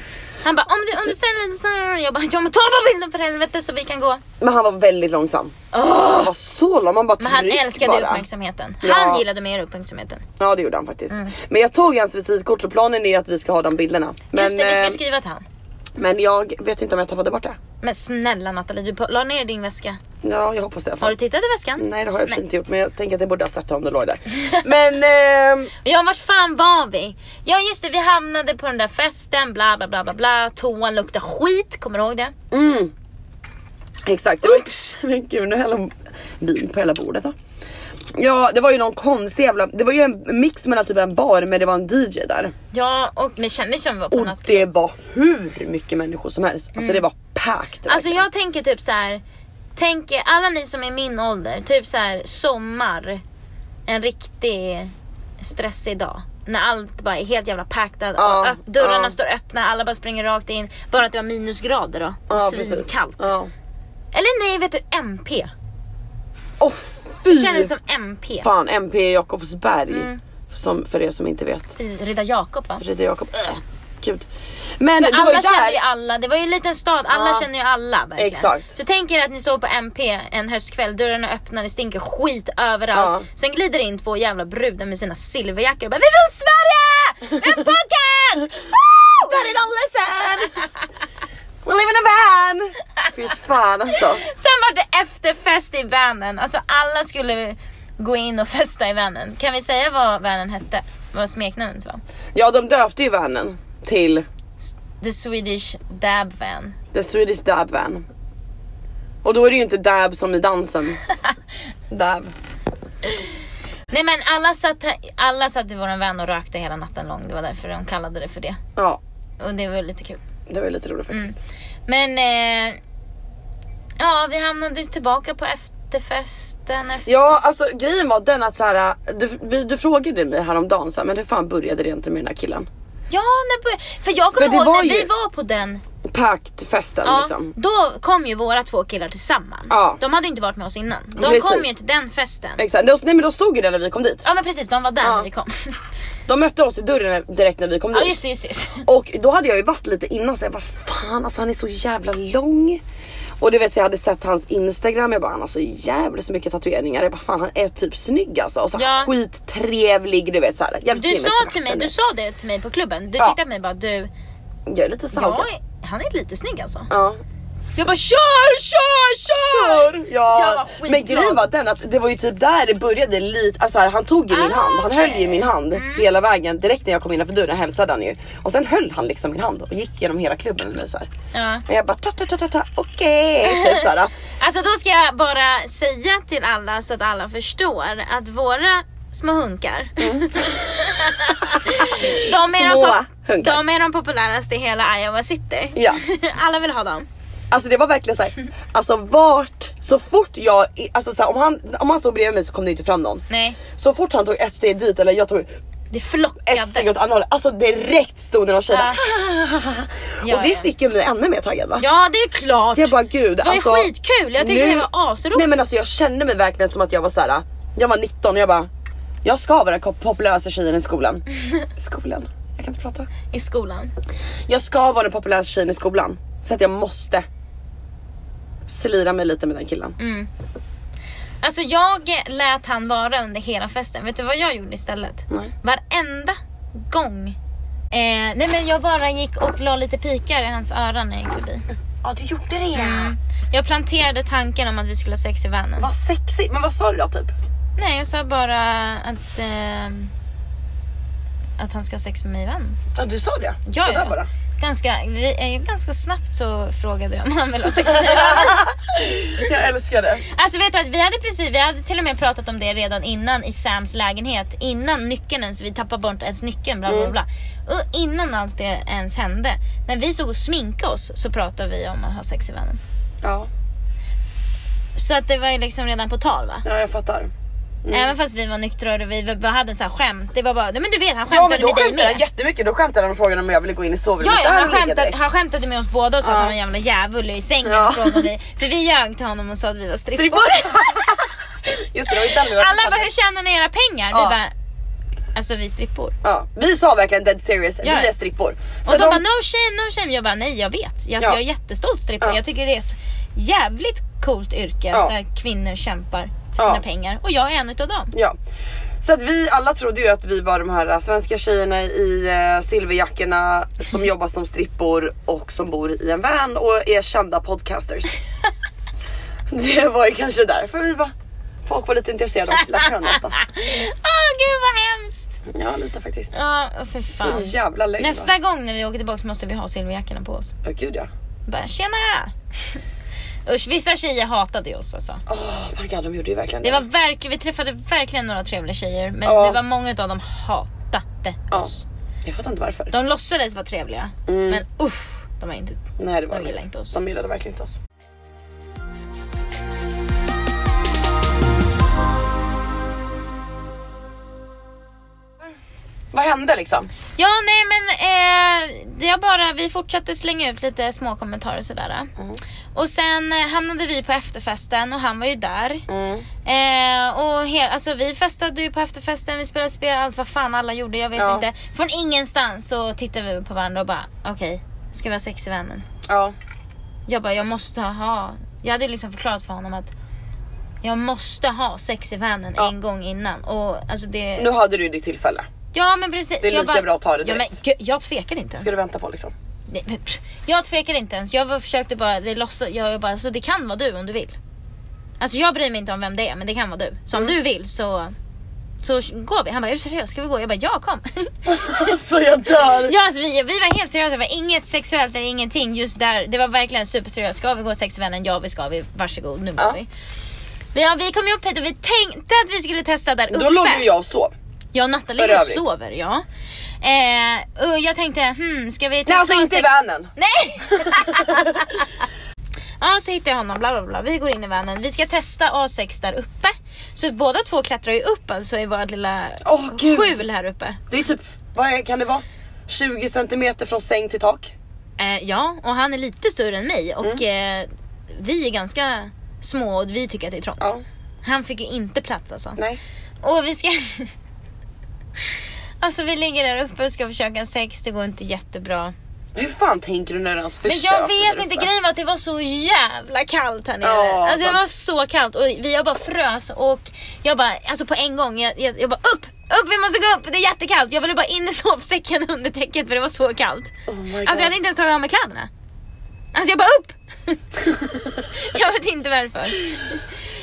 Speaker 2: Han bara om du, om du ställer lite såhär, jag bara ja men ta bara bilden för helvete så vi kan gå.
Speaker 1: Men han var väldigt långsam.
Speaker 2: Åh!
Speaker 1: Han var så lång, man bara
Speaker 2: Men han
Speaker 1: tryck
Speaker 2: älskade ju
Speaker 1: bara.
Speaker 2: uppmärksamheten.
Speaker 1: Ja.
Speaker 2: Han gillade mer uppmärksamheten.
Speaker 1: Ja det gjorde han faktiskt. Men jag tog hans visitkort så planen är att vi ska ha de bilderna. Men,
Speaker 2: Mm. Just det, vi
Speaker 1: eh,
Speaker 2: ska skriva till han.
Speaker 1: men jag vet inte om jag tappade bort det.
Speaker 2: Men snälla Nathalie, du på- la ner din väska.
Speaker 1: Ja jag hoppas det i alla
Speaker 2: Har
Speaker 1: fall.
Speaker 2: du tittat i väskan?
Speaker 1: Nej det har jag i och för sig
Speaker 2: Nej.
Speaker 1: inte gjort men jag tänker att jag borde ha sett om det låg
Speaker 2: [laughs]
Speaker 1: där. Men ehm,
Speaker 2: Ja vart fan var vi? Ja just det vi hamnade på den där festen bla bla bla bla bla Toan luktar skit, kommer du ihåg det?
Speaker 1: mm. Exakt. Det var, men gud nu häller hon vin på hela bordet då. Ja det var ju någon konstig jävla, det var ju en mix mellan typ en bar men det var en DJ där.
Speaker 2: Ja och men kändes som vi var på
Speaker 1: Och
Speaker 2: natt
Speaker 1: det var hur mycket människor som helst. Alltså det var packed.
Speaker 2: Mm. Alltså
Speaker 1: verkligen.
Speaker 2: jag tänker typ så här. Tänk er, alla ni som är min ålder, typ så här sommar En riktig stressig dag när allt bara är helt jävla packat och
Speaker 1: Ja,
Speaker 2: öpp- dörrarna
Speaker 1: ja.
Speaker 2: står öppna, alla bara springer rakt in. Bara att det var minusgrader då och
Speaker 1: Ja, precis.
Speaker 2: svinkallt.
Speaker 1: Ja.
Speaker 2: Eller nej, vet du MP?
Speaker 1: Åh fy!
Speaker 2: Kändes som MP.
Speaker 1: Mm. Fan MP Jakobsberg.
Speaker 2: Mm.
Speaker 1: Som, för er som inte vet.
Speaker 2: Precis, Riddar Jakob va?
Speaker 1: Ritter Jakob. Äh, gud. Men det var ju
Speaker 2: alla känner
Speaker 1: där. [laughs]
Speaker 2: ju alla, det var ju en liten stad, alla
Speaker 1: Ja.
Speaker 2: känner ju alla verkligen.
Speaker 1: Exakt.
Speaker 2: Så tänk er att ni står på MP en höstkväll, dörrarna öppnar, det stinker skit överallt.
Speaker 1: Ja.
Speaker 2: Sen glider in två jävla brudar med sina silverjackor och bara Vi är från Sverige! Vi har
Speaker 1: [laughs]
Speaker 2: en podcast! Woo! Varje dag listen!
Speaker 1: We live in a van! Fy fan alltså.
Speaker 2: Sen var det efterfest i vanen, alltså alla skulle gå in och festa i vanen. Kan vi säga vad vanen hette? Vad smeknamnet var?
Speaker 1: Ja de döpte ju vanen till
Speaker 2: S- The Swedish Dab Van.
Speaker 1: The Swedish Dab Van. Och då är det ju inte dab som i
Speaker 2: [laughs]
Speaker 1: dansen. dab.
Speaker 2: Nej men alla satt, här- alla satt i våran van och rökte hela natten lång, det var därför de kallade det för det.
Speaker 1: Ja
Speaker 2: Och det var lite kul.
Speaker 1: det var ju lite roligt faktiskt.
Speaker 2: Mm. Men eh, ja, vi hamnade tillbaka på efterfesten. Efter...
Speaker 1: Ja alltså grejen var den att såhär, du, vi, du frågade mig häromdagen så här, men hur fan började det egentligen med den här killen?
Speaker 2: Ja, när bör... för jag
Speaker 1: För
Speaker 2: kommer
Speaker 1: det
Speaker 2: ihåg
Speaker 1: var
Speaker 2: när
Speaker 1: ju-
Speaker 2: vi var på den,
Speaker 1: Packed festen
Speaker 2: ja,
Speaker 1: liksom.
Speaker 2: då kom ju våra två killar tillsammans.
Speaker 1: Ja.
Speaker 2: De hade ju inte varit med oss innan. De
Speaker 1: Precis.
Speaker 2: kom ju till den festen.
Speaker 1: Exakt, Då- nej men då stod ju den när vi kom dit.
Speaker 2: Ja men precis, de var där
Speaker 1: Ja.
Speaker 2: när vi kom. [laughs]
Speaker 1: De mötte oss i dörren direkt när vi kom
Speaker 2: ja
Speaker 1: dit.
Speaker 2: just det, just det. just det.
Speaker 1: Och då hade jag ju varit lite innan så jag bara fan alltså han är så jävla lång. Och det vill säga jag hade sett hans instagram, jag bara han har så jävla så mycket tatueringar. Jag bara fan han är typ snygg alltså. Och så
Speaker 2: Ja.
Speaker 1: skittrevlig du vet såhär.
Speaker 2: Du
Speaker 1: typ.
Speaker 2: sa till mig, du sa det till mig på klubben. Du
Speaker 1: Ja.
Speaker 2: tittade på mig och bara du,
Speaker 1: Jag är lite saugad.
Speaker 2: jag är... han är lite snygg alltså.
Speaker 1: Ja.
Speaker 2: Jag bara kör, kör, kör!
Speaker 1: Kör!
Speaker 2: Jag var
Speaker 1: Ja.
Speaker 2: skitglad.
Speaker 1: Men grejen var den att det var ju typ där det började lite, alltså här, han tog ju min
Speaker 2: Ah,
Speaker 1: hand, han höll ju
Speaker 2: okej. Mm.
Speaker 1: min hand hela vägen direkt när jag kom innanför dörren hälsade han ju och sen höll han liksom min hand och gick genom hela klubben med mig så här.
Speaker 2: Ja.
Speaker 1: Och jag bara ta ta ta ta ta
Speaker 2: [laughs]
Speaker 1: okej. Så här,
Speaker 2: Alltså då ska jag bara säga till alla så att alla förstår att våra små hunkar [laughs] de, är
Speaker 1: Mm. Små
Speaker 2: de, pop-
Speaker 1: hunkar.
Speaker 2: de är de populäraste i hela Iowa City.
Speaker 1: Ja.
Speaker 2: [laughs] Alla vill ha dem.
Speaker 1: Alltså det var verkligen såhär, alltså vart, så fort jag, alltså så här, om, han, om han stod bredvid mig så kom det inte fram någon.
Speaker 2: Nej,
Speaker 1: Så fort han tog ett steg dit eller jag tog
Speaker 2: det
Speaker 1: ett
Speaker 2: flockades.
Speaker 1: steg åt andra hållet, alltså direkt stod det någon tjej
Speaker 2: Ja.
Speaker 1: där. [laughs]
Speaker 2: Ja,
Speaker 1: Och det
Speaker 2: ja.
Speaker 1: fick ju mig ännu mer taggad va?
Speaker 2: Ja det är klart.
Speaker 1: Jag bara gud
Speaker 2: det var ju
Speaker 1: alltså.
Speaker 2: skitkul, jag tyckte det var asroligt.
Speaker 1: Nej men alltså jag kände mig verkligen som att jag var såhär, jag var 19 och jag bara, jag ska vara den ko- populäraste tjejen i skolan.
Speaker 2: [laughs]
Speaker 1: skolan? Jag kan inte prata.
Speaker 2: I skolan.
Speaker 1: Jag ska vara den populäraste tjejen i skolan. Så att jag måste slira mig lite med den killen.
Speaker 2: Alltså jag lät han vara under hela festen. Vet du vad jag gjorde istället?
Speaker 1: Nej.
Speaker 2: Varenda gång. Eh, nej men jag bara gick och la lite pikar i hans öron när jag gick förbi. Mm.
Speaker 1: Ja du gjorde det ja.
Speaker 2: Jag planterade tanken om att vi skulle ha sex i vanen.
Speaker 1: Vad sexigt, men vad sa du då typ?
Speaker 2: Nej jag sa bara att, ehm, att han ska ha sex med mig i vanen.
Speaker 1: Ja du sa det?
Speaker 2: Ja,
Speaker 1: Sådär
Speaker 2: ja.
Speaker 1: bara.
Speaker 2: Ganska, vi, eh, ganska snabbt så frågade jag om han ville ha sex med mig i vanen.
Speaker 1: Jag älskar det.
Speaker 2: Alltså vet du att vi hade precis, vi hade till och med pratat om det redan innan i Sams lägenhet. Innan nyckeln ens, vi tappade bort ens nyckeln bla
Speaker 1: Mm.
Speaker 2: bla bla. Och innan allt det ens hände. När vi stod och sminkade oss så pratade vi om att ha sex i vannen.
Speaker 1: Ja,
Speaker 2: Så att det var ju liksom redan på tal va?
Speaker 1: ja jag fattar. Mm.
Speaker 2: Även fast vi var nyktra och vi var- bara hade en sån här skämt. Det var bara, nej men du vet han
Speaker 1: Ja
Speaker 2: skämtade
Speaker 1: men då
Speaker 2: med dig
Speaker 1: skämtade han
Speaker 2: med.
Speaker 1: jättemycket, då skämtade han och frågade om jag ville gå in i sovrummet.
Speaker 2: Ja, ja,
Speaker 1: Där
Speaker 2: han,
Speaker 1: ligger
Speaker 2: skämtade,
Speaker 1: direkt.
Speaker 2: han skämtade med oss båda och sa
Speaker 1: Ja.
Speaker 2: att han var en jävla djävul i sängen.
Speaker 1: Ja.
Speaker 2: Och frågade vi, för vi ljög till honom och sa att vi var strippor.
Speaker 1: [laughs] Just det, det var ju den vi var-
Speaker 2: Alla bara, hur tjänar ni era pengar? Vi
Speaker 1: Ja.
Speaker 2: bara, alltså vi är strippor.
Speaker 1: Ja, vi sa verkligen dead serious,
Speaker 2: Ja.
Speaker 1: vi är strippor. Så
Speaker 2: Och de,
Speaker 1: de-
Speaker 2: bara no shame, no shame. Jag bara nej jag vet. Alltså, Jag är jättestolt strippa.
Speaker 1: Ja.
Speaker 2: Jag tycker det är ett jävligt coolt yrke
Speaker 1: Ja.
Speaker 2: där kvinnor kämpar för
Speaker 1: Ja.
Speaker 2: sina pengar. Och jag är en utav dem.
Speaker 1: Ja. Så att vi alla trodde ju att vi var de här äh, svenska tjejerna i eh, silverjackorna som jobbar som strippor och som bor i en van och är kända
Speaker 2: [laughs]
Speaker 1: podcasters. det var ju kanske därför vi var, folk var lite intresserade av lappgrönnästa.
Speaker 2: Åh gud vad hemskt.
Speaker 1: Ja lite faktiskt.
Speaker 2: Ja för
Speaker 1: Så
Speaker 2: fan.
Speaker 1: jävla lögn. va?
Speaker 2: Nästa gång när vi åker tillbaka så måste vi ha silverjackorna på oss.
Speaker 1: Ja gud ja. [laughs]
Speaker 2: Bara tjena. Usch vissa tjejer hatade ju oss alltså.
Speaker 1: Oh my god de gjorde ju verkligen
Speaker 2: Det var verkligen, vi träffade verkligen några trevliga tjejer men
Speaker 1: Ja.
Speaker 2: det var många utav dem hatade
Speaker 1: Ja. Mm.
Speaker 2: oss.
Speaker 1: Jag fattar inte varför.
Speaker 2: De låtsades vara trevliga men usch, de var inte
Speaker 1: Nej det var
Speaker 2: De gillade inte oss.
Speaker 1: De gillade verkligen inte oss. Vad hände liksom?
Speaker 2: Ja, nej men eh, det jag bara, vi fortsatte slänga ut lite små kommentarer och sådär.
Speaker 1: Mm.
Speaker 2: Och sen eh, hamnade vi på efterfesten och han var ju där. Eh, och he- alltså, vi festade ju på efterfesten, vi spelade spel, allt vad fan alla gjorde, jag vet
Speaker 1: Ja.
Speaker 2: inte. Från ingenstans så tittade vi på varandra och bara okej, ska vi ha sex i vännen?
Speaker 1: Ja.
Speaker 2: Jag bara jag måste ha, jag hade ju liksom förklarat för honom att jag måste ha sex i vännen
Speaker 1: Ja.
Speaker 2: en gång innan. Och, alltså, det...
Speaker 1: Nu hade du ju ditt tillfälle.
Speaker 2: Ja men precis.
Speaker 1: Det är
Speaker 2: Jag
Speaker 1: lika bra att ta det
Speaker 2: ja, men,
Speaker 1: direkt.
Speaker 2: gud, Jag tvekar inte ens.
Speaker 1: Ska du vänta på
Speaker 2: [laughs]
Speaker 1: liksom?
Speaker 2: Nej, men, pff. Jag tvekar inte ens. Jag var- försökte bara, det, låtsas, jag bara, så det kan vara du om du vill. Alltså jag bryr mig inte om vem det är men det kan vara du. Så om
Speaker 1: Mm.
Speaker 2: du vill så, så går vi. Han bara, är du seriös? Ska vi gå? Jag bara, ja kom.
Speaker 1: alltså jag dör!
Speaker 2: [laughs] ja, alltså, vi, vi var helt seriösa. Det var inget sexuellt eller ingenting just där. Det var verkligen superseriöst. Ska vi gå sex i vännen? Ja vi ska vi. Varsågod nu går
Speaker 1: Ja.
Speaker 2: vi. Men ja, vi kom ju upp hit och vi tänkte att vi skulle testa där uppe.
Speaker 1: Då låg ju jag och sov.
Speaker 2: Jag och Natta
Speaker 1: För
Speaker 2: ligger och
Speaker 1: övrigt.
Speaker 2: sover ja. Eh, och jag tänkte, hmm, ska vi
Speaker 1: Nej
Speaker 2: testa
Speaker 1: alltså
Speaker 2: att ha
Speaker 1: inte i
Speaker 2: sex-
Speaker 1: vanen.
Speaker 2: Nej! [laughs] ja så hittar jag honom, bla bla bla. Vi går in i vanen. Vi ska testa A6 där uppe. Så båda två klättrar ju upp alltså i vårt lilla
Speaker 1: Åh gud.
Speaker 2: skjul här uppe.
Speaker 1: Det är typ, vad är, kan det vara? 20 centimeter från säng till tak.
Speaker 2: Eh, ja, och han är lite större än mig och
Speaker 1: Mm.
Speaker 2: eh, vi är ganska små och vi tycker att det är trångt.
Speaker 1: Ja,
Speaker 2: Han fick ju inte plats alltså.
Speaker 1: nej.
Speaker 2: Och vi ska... [laughs] alltså vi ligger där uppe och ska försöka ha sex, det går inte jättebra.
Speaker 1: Hur fan tänker du när du ens
Speaker 2: Men
Speaker 1: försöker?
Speaker 2: jag vet
Speaker 1: där
Speaker 2: inte,
Speaker 1: uppe?
Speaker 2: grejen var att det var så jävla kallt här nere.
Speaker 1: Ja,
Speaker 2: alltså det
Speaker 1: sant.
Speaker 2: var så kallt och vi, jag bara frös och jag bara, alltså på en gång, jag, jag, jag bara upp! Upp, vi måste gå upp, det är jättekallt. Jag ville bara in i [laughs] sovsäcken under täcket för det var så kallt.
Speaker 1: Oh my God.
Speaker 2: Alltså jag hade inte ens tagit av mig kläderna. Alltså jag bara upp! [laughs]
Speaker 1: [laughs]
Speaker 2: jag vet inte varför.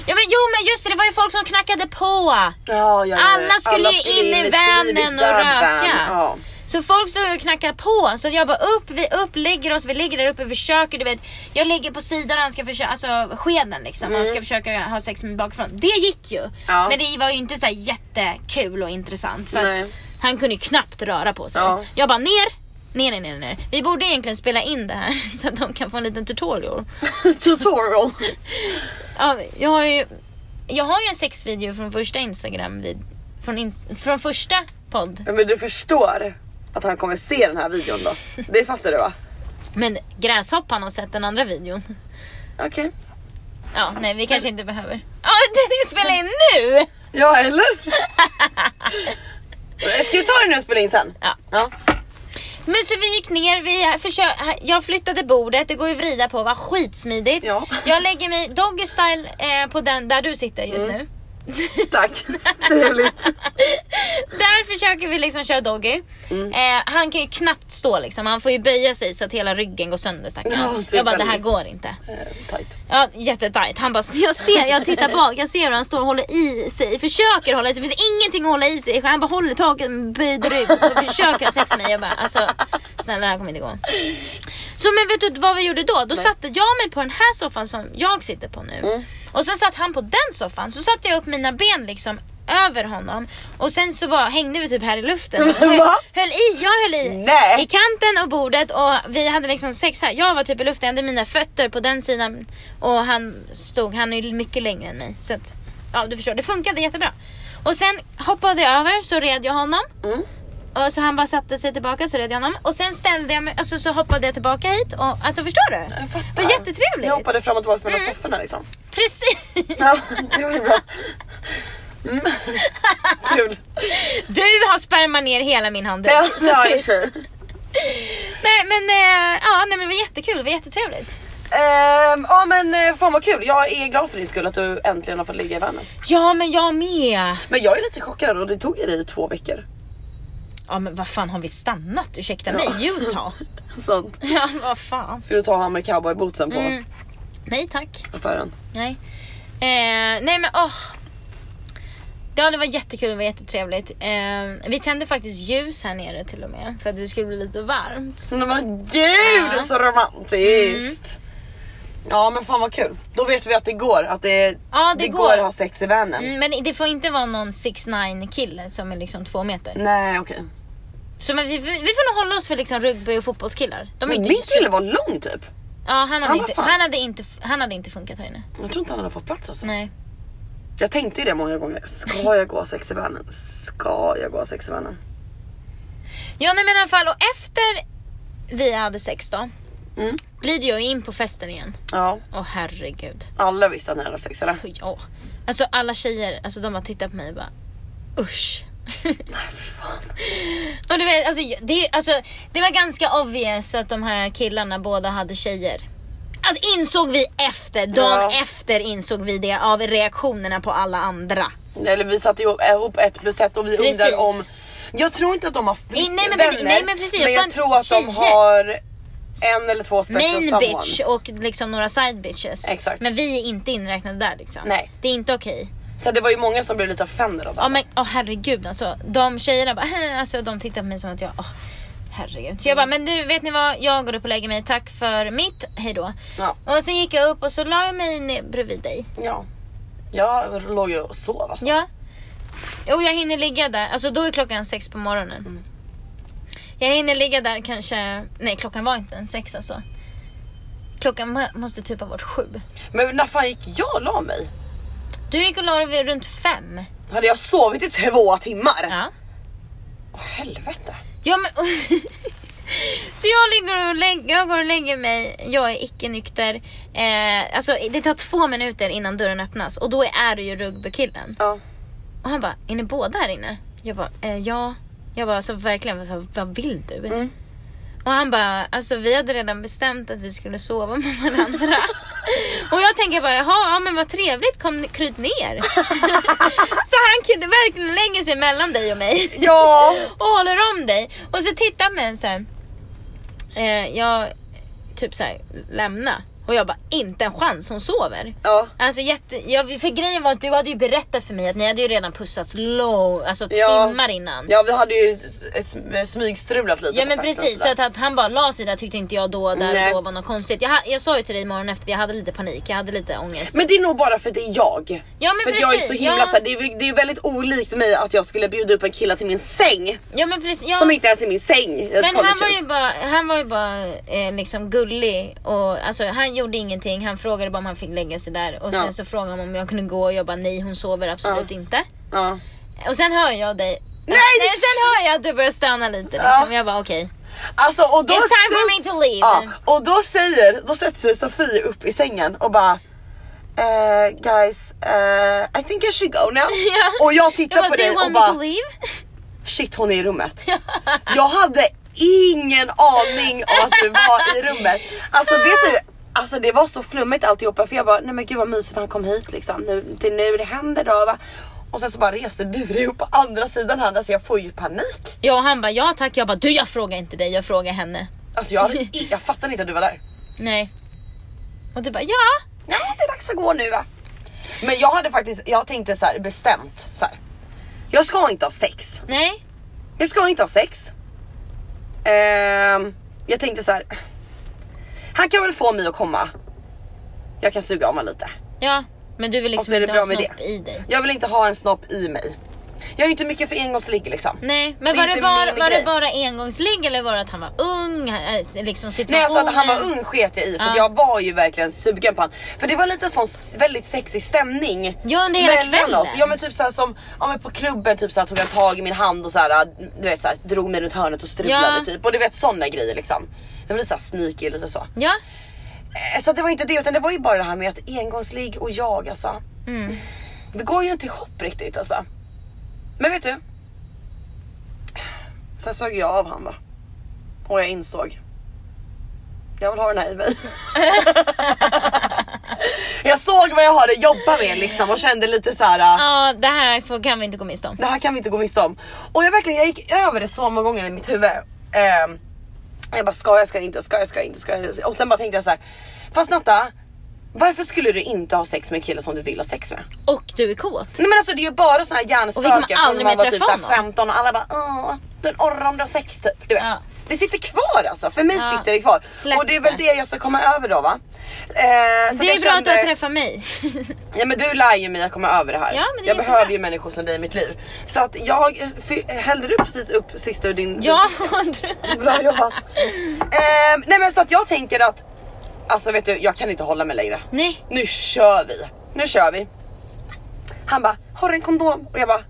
Speaker 2: Ja, men, jo men just det, det var ju folk som knackade på.
Speaker 1: Ja, ja, ja.
Speaker 2: Alla skulle ju in i vanen och
Speaker 1: där
Speaker 2: röka.
Speaker 1: van. Ja.
Speaker 2: Så folk stod och knackade på. Så jag bara upp, vi upp, lägger oss, vi ligger där uppe, vi försöker. Du vet, jag ligger på sidan och han ska försöka, alltså skeden liksom. Han ska försöka ha sex med mig bakifrån. Det gick ju.
Speaker 1: Mm. Ja.
Speaker 2: Men det var ju inte så här jättekul och intressant. För att
Speaker 1: Nej.
Speaker 2: han kunde ju knappt röra på sig.
Speaker 1: Ja.
Speaker 2: Jag bara ner. Ner, ner, ner, ner. Vi borde egentligen spela in det här [laughs] så att de kan få en liten tutorial.
Speaker 1: [laughs] Tutorial.
Speaker 2: Ja, jag, har ju, jag har ju en sexvideo från första instagram vid, från, ins, från första podd.
Speaker 1: Ja, men du förstår att han kommer se den här videon då? Det fattar du va?
Speaker 2: Men gräshoppan har sett den andra videon.
Speaker 1: Okej.
Speaker 2: Ja, nej vi kanske inte behöver. Ja, [laughs] det spelar in nu!
Speaker 1: Ja eller? Eh, Ska vi ta den nu och spela in sen?
Speaker 2: Ja.
Speaker 1: ja.
Speaker 2: Men så vi gick ner, vi försö- jag flyttade bordet, det går ju att vrida på, var skitsmidigt.
Speaker 1: Ja.
Speaker 2: Jag lägger mig doggy style eh, på den där du sitter just
Speaker 1: Mm.
Speaker 2: nu. [laughs]
Speaker 1: Tack. [laughs] Trevligt.
Speaker 2: Där försöker vi liksom köra doggy.
Speaker 1: Mm.
Speaker 2: Eh, han kan ju knappt stå liksom, han får ju böja sig så att hela ryggen går sönder
Speaker 1: Ja, typ
Speaker 2: stackarn.
Speaker 1: det är
Speaker 2: Jag bara det här
Speaker 1: väldigt-
Speaker 2: går inte.
Speaker 1: Eh, Tight.
Speaker 2: Ja, jättetajt. Han bara, jag ser, jag tittar bak, jag ser hur han står och håller i sig, försöker hålla i sig. Det finns ingenting att hålla i sig. Han bara håller taget med böjd rygg och försöker ha sex med mig. Jag bara, alltså snälla det här kommer inte gå. Så men vet du vad vi gjorde då? Då satte jag mig på den här soffan som jag sitter på nu. Och sen satt han på den soffan, så satte jag upp mina ben liksom över honom och sen så bara hängde vi typ här i luften.
Speaker 1: Va?
Speaker 2: Höll, höll i, jag höll i,
Speaker 1: Nej.
Speaker 2: i kanten och bordet och vi hade liksom sex här. Jag var typ i luften, jag hade mina fötter på den sidan och han stod, han är ju mycket längre än mig. Så att, ja du förstår, det funkade jättebra. Och sen hoppade jag över så red jag honom.
Speaker 1: Mm.
Speaker 2: Och så han bara satte sig tillbaka så red jag honom. Och sen ställde jag mig, alltså så hoppade jag tillbaka hit och alltså förstår du?
Speaker 1: Jag fattar.
Speaker 2: Det var jättetrevligt.
Speaker 1: Jag hoppade fram och tillbaka mellan
Speaker 2: Mm.
Speaker 1: sofforna liksom.
Speaker 2: Precis!
Speaker 1: Ja, det var ju bra. Mm. Kul.
Speaker 2: Du har spermat ner hela min handduk.
Speaker 1: Ja,
Speaker 2: så
Speaker 1: ja,
Speaker 2: tyst.
Speaker 1: sure.
Speaker 2: Nej men, eh, ja, nej, men det var jättekul, det var jättetrevligt.
Speaker 1: Ehm, Ja men eh, fan vad kul, jag är glad för din skull att du äntligen har fått ligga i vanen.
Speaker 2: Ja men jag med.
Speaker 1: Men jag är lite chockad och det tog ju dig två veckor.
Speaker 2: Ja men vad fan har vi stannat? Ursäkta mig,
Speaker 1: Ja. [laughs]
Speaker 2: Utah.
Speaker 1: Sant.
Speaker 2: Ja vad fan.
Speaker 1: Ska du ta han med cowboybootsen på
Speaker 2: Mm. Nej tack.
Speaker 1: affären?
Speaker 2: Nej. Eh, nej men åh. Ja det var jättekul, det var jättetrevligt. Eh, vi tände faktiskt ljus här nere till och med för att det skulle bli lite varmt.
Speaker 1: Nej men gud
Speaker 2: Ja. Mm.
Speaker 1: så romantiskt! Ja men fan vad kul, då vet vi att det går, att det,
Speaker 2: Ja, det går.
Speaker 1: att ha sex i vanen.
Speaker 2: Mm, men det får inte vara någon 6 9 kille som är liksom två meter.
Speaker 1: Nej okej.
Speaker 2: Så men vi, vi får nog hålla oss för liksom rugby och fotbollskillar. De är
Speaker 1: Men
Speaker 2: inte
Speaker 1: min kille var lång typ.
Speaker 2: Ja han hade,
Speaker 1: Han var
Speaker 2: inte,
Speaker 1: fan.
Speaker 2: han hade inte, han hade inte funkat här inne.
Speaker 1: Jag tror inte han hade fått plats alltså.
Speaker 2: Nej.
Speaker 1: Jag tänkte ju det många gånger, ska jag gå och ha sex i vanen? Ska jag gå och ha sex i vanen?
Speaker 2: Ja nej, men i alla fall och efter vi hade sex då.
Speaker 1: Mm.
Speaker 2: Glider jag in på festen igen.
Speaker 1: Ja,
Speaker 2: Åh herregud.
Speaker 1: alla visste att ni hade haft sex eller?
Speaker 2: Och Ja. Alltså alla tjejer, alltså de har tittat på mig och bara usch. [laughs]
Speaker 1: Nej för fan.
Speaker 2: och du vet, alltså, jag- det, alltså, det var ganska obvious att de här killarna båda hade tjejer. Alltså insåg vi efter,
Speaker 1: Ja.
Speaker 2: dagen efter insåg vi det av reaktionerna på alla andra.
Speaker 1: Eller vi satte ihop- ihop ett plus ett och vi
Speaker 2: Precis.
Speaker 1: undrar om Jag tror inte att de har
Speaker 2: Nej, nej, men
Speaker 1: vänner,
Speaker 2: precis, nej, men precis,
Speaker 1: men
Speaker 2: jag
Speaker 1: jag,
Speaker 2: sa en
Speaker 1: tror att de
Speaker 2: tjej.
Speaker 1: har en eller två special
Speaker 2: Main
Speaker 1: someones.
Speaker 2: bitch och liksom några side bitches.
Speaker 1: Exakt.
Speaker 2: Men vi är inte inräknade där liksom.
Speaker 1: Nej.
Speaker 2: Det är inte okej.
Speaker 1: Så det var ju många som blev lite offended av det.
Speaker 2: Ja men åh herregud alltså. De tjejerna bara, "Eh", alltså de tittar på mig som att jag, åh herregud. Så jag bara, men du vet ni vad, jag går upp och lägger mig, tack för mitt, hejdå.
Speaker 1: Ja.
Speaker 2: Och sen gick jag upp och så la jag mig ner bredvid dig.
Speaker 1: ja. Jag låg ju och sov alltså.
Speaker 2: Ja. Och jag hinner ligga där, alltså då är klockan sex på morgonen. Jag hinner ligga där kanske, nej klockan var inte ens sex alltså. Klockan må- måste typ ha varit sju.
Speaker 1: Men när fan gick jag och la mig?
Speaker 2: Du gick och la dig vid runt fem.
Speaker 1: Hade jag sovit i två timmar?
Speaker 2: Ja.
Speaker 1: Åh helvete.
Speaker 2: Ja men... [laughs] Så jag, ligger och lägger, jag går och lägger mig, jag är icke nykter. Eh, alltså, det tar två minuter innan dörren öppnas och då är det ju rugbykillen.
Speaker 1: Ja.
Speaker 2: Och han bara, är ni båda här inne? Jag bara, eh, ja. Jag bara, alltså, verkligen, vad, vad vill du?
Speaker 1: Mm.
Speaker 2: Och han bara, alltså vi hade redan bestämt att vi skulle sova med varandra. och jag tänker bara, jaha, ja, men vad trevligt, kom ni- kryp ner. [laughs] Så han kunde verkligen lägga sig mellan dig och mig
Speaker 1: Ja.
Speaker 2: och håller om dig. Och så tittar man så här. Eh, jag typ så här lämna. Och jag bara, inte en chans, hon sover.
Speaker 1: Ja.
Speaker 2: Alltså jätte, ja, för grejen var att du hade ju berättat för mig att ni hade ju redan pussats low, alltså
Speaker 1: Ja.
Speaker 2: timmar innan.
Speaker 1: Ja vi hade ju s- s- smygstrulat lite
Speaker 2: Ja
Speaker 1: på
Speaker 2: men
Speaker 1: festen och
Speaker 2: precis, så
Speaker 1: sådär.
Speaker 2: att, att han bara la sig där tyckte inte jag då där
Speaker 1: Nej.
Speaker 2: och då var något konstigt. Jag, ha- jag sa ju till dig imorgon efter att jag hade lite panik, jag hade lite ångest.
Speaker 1: Men det är nog bara för att det är jag.
Speaker 2: Ja, men
Speaker 1: för att jag är
Speaker 2: precis,
Speaker 1: så himla
Speaker 2: ja.
Speaker 1: såhär, det är, det är väldigt olikt mig att jag skulle bjuda upp en kille till min säng.
Speaker 2: ja men precis, ja,
Speaker 1: Som inte ens är min säng i ett
Speaker 2: men han var
Speaker 1: collegehus.
Speaker 2: ju bara, han var ju bara eh, liksom gullig och alltså, han gjorde ingenting, han frågade bara om han fick lägga sig där och
Speaker 1: Ja.
Speaker 2: sen så frågade han om jag kunde gå och jag bara nej hon sover absolut
Speaker 1: Ja.
Speaker 2: inte.
Speaker 1: Ja.
Speaker 2: Och sen hör jag dig
Speaker 1: Nej!
Speaker 2: Nej, sen hör jag att du börjar stöna lite liksom. Jag bara okej.
Speaker 1: Alltså och då...
Speaker 2: It's time for me to leave.
Speaker 1: Ja, och då säger, då sätter sig Sofie upp i sängen och bara eh, guys, eh, I think I should go now.
Speaker 2: [laughs] [laughs] Ja.
Speaker 1: Och jag tittar
Speaker 2: bara,
Speaker 1: på
Speaker 2: "Do you
Speaker 1: dig
Speaker 2: want
Speaker 1: och
Speaker 2: me to
Speaker 1: bara
Speaker 2: leave? [laughs]
Speaker 1: shit hon är i rummet. jag hade ingen aning om att du var i rummet. Alltså vet du, alltså det var så flummigt alltihopa för jag bara nej men gud vad mysigt han kom hit liksom. Nu, det är nu det händer då va. Och sen så bara reser du dig upp på andra sidan här, alltså jag får ju panik.
Speaker 2: Ja och han bara ja tack, jag bara du jag frågar inte dig, jag frågar henne.
Speaker 1: Alltså jag, hade i- jag fattar inte att du var där.
Speaker 2: Nej. Och du bara ja.
Speaker 1: Ja, det är dags att gå nu va? Men jag hade faktiskt, jag tänkte så här bestämt så här. Jag ska inte ha sex.
Speaker 2: Nej.
Speaker 1: Jag ska inte ha sex. Ehm, jag tänkte så här. Han kan väl få mig att komma. Jag kan suga av honom lite.
Speaker 2: Ja. Men du vill
Speaker 1: Och så
Speaker 2: liksom
Speaker 1: är det
Speaker 2: inte ha
Speaker 1: bra med
Speaker 2: snopp
Speaker 1: det.
Speaker 2: i dig.
Speaker 1: Jag vill inte ha en snopp i mig. Jag är inte mycket för engångsligg liksom.
Speaker 2: Nej, men
Speaker 1: Det är
Speaker 2: var det,
Speaker 1: inte
Speaker 2: bara,
Speaker 1: min
Speaker 2: var det
Speaker 1: grej.
Speaker 2: bara engångsligg eller var det att han var ung? eh, Liksom
Speaker 1: Nej
Speaker 2: situationen?
Speaker 1: alltså att han var ung sket jag i för
Speaker 2: Ja.
Speaker 1: jag var ju verkligen sugen på han. För det var lite sån s- väldigt sexig stämning.
Speaker 2: Ja, under hela
Speaker 1: mellan
Speaker 2: kvällen.
Speaker 1: Ja men typ såhär som ja, men på klubben typ såhär, tog han tag i min hand och såhär, du vet, såhär, drog mig runt hörnet och strulade
Speaker 2: Ja.
Speaker 1: typ. Och du vet såna grejer liksom. Det blir såhär sneaky lite så.
Speaker 2: Ja.
Speaker 1: Eh, Så att det var inte det utan det var ju bara det här med att engångsligg och jag alltså.
Speaker 2: Mm.
Speaker 1: Det går ju inte ihop riktigt alltså. Men vet du? Sen sög jag av han va. Och jag insåg. Jag vill ha den här i [laughs] mig. jag såg vad jag har att jobba med liksom och kände lite så här. äh,
Speaker 2: Ja, det här får, kan vi inte gå miste om.
Speaker 1: Det här kan vi inte gå miste om. Och jag verkligen jag gick över det så många gånger i mitt huvud. Ehm, jag bara ska jag, ska jag inte, ska jag, ska jag inte, ska jag. Och sen bara tänkte jag så här. Fast Natta, varför skulle du inte ha sex med en kille som du vill ha sex med?
Speaker 2: Och du är kåt.
Speaker 1: Nej men alltså det är ju bara såna här
Speaker 2: Och vi kommer
Speaker 1: hjärnspöken från när
Speaker 2: aldrig
Speaker 1: man
Speaker 2: mer
Speaker 1: var typ
Speaker 2: träffa
Speaker 1: såhär
Speaker 2: honom.
Speaker 1: 15 och alla bara åh, den orrar om du har sex typ. Du vet.
Speaker 2: Ja.
Speaker 1: Det sitter kvar alltså, för mig
Speaker 2: Ja,
Speaker 1: sitter det kvar.
Speaker 2: släpp
Speaker 1: och det är väl
Speaker 2: det.
Speaker 1: det jag ska komma över då va? Eh, så
Speaker 2: Det
Speaker 1: jag
Speaker 2: är bra att du har
Speaker 1: kände-
Speaker 2: träffat mig.
Speaker 1: Ja men du lär ju mig att komma över det här.
Speaker 2: Ja, men det är
Speaker 1: jag
Speaker 2: jättebra.
Speaker 1: behöver ju människor som dig i mitt liv. Så att jag, fy- hällde du precis upp sista ur din... [laughs]
Speaker 2: [laughs] ja, du-
Speaker 1: Bra jobbat. Ehm, nej men så att jag tänker att, alltså vet du jag kan inte hålla mig längre.
Speaker 2: Nej.
Speaker 1: Nu kör vi, nu kör vi. Han bara, har du en kondom? Och jag bara,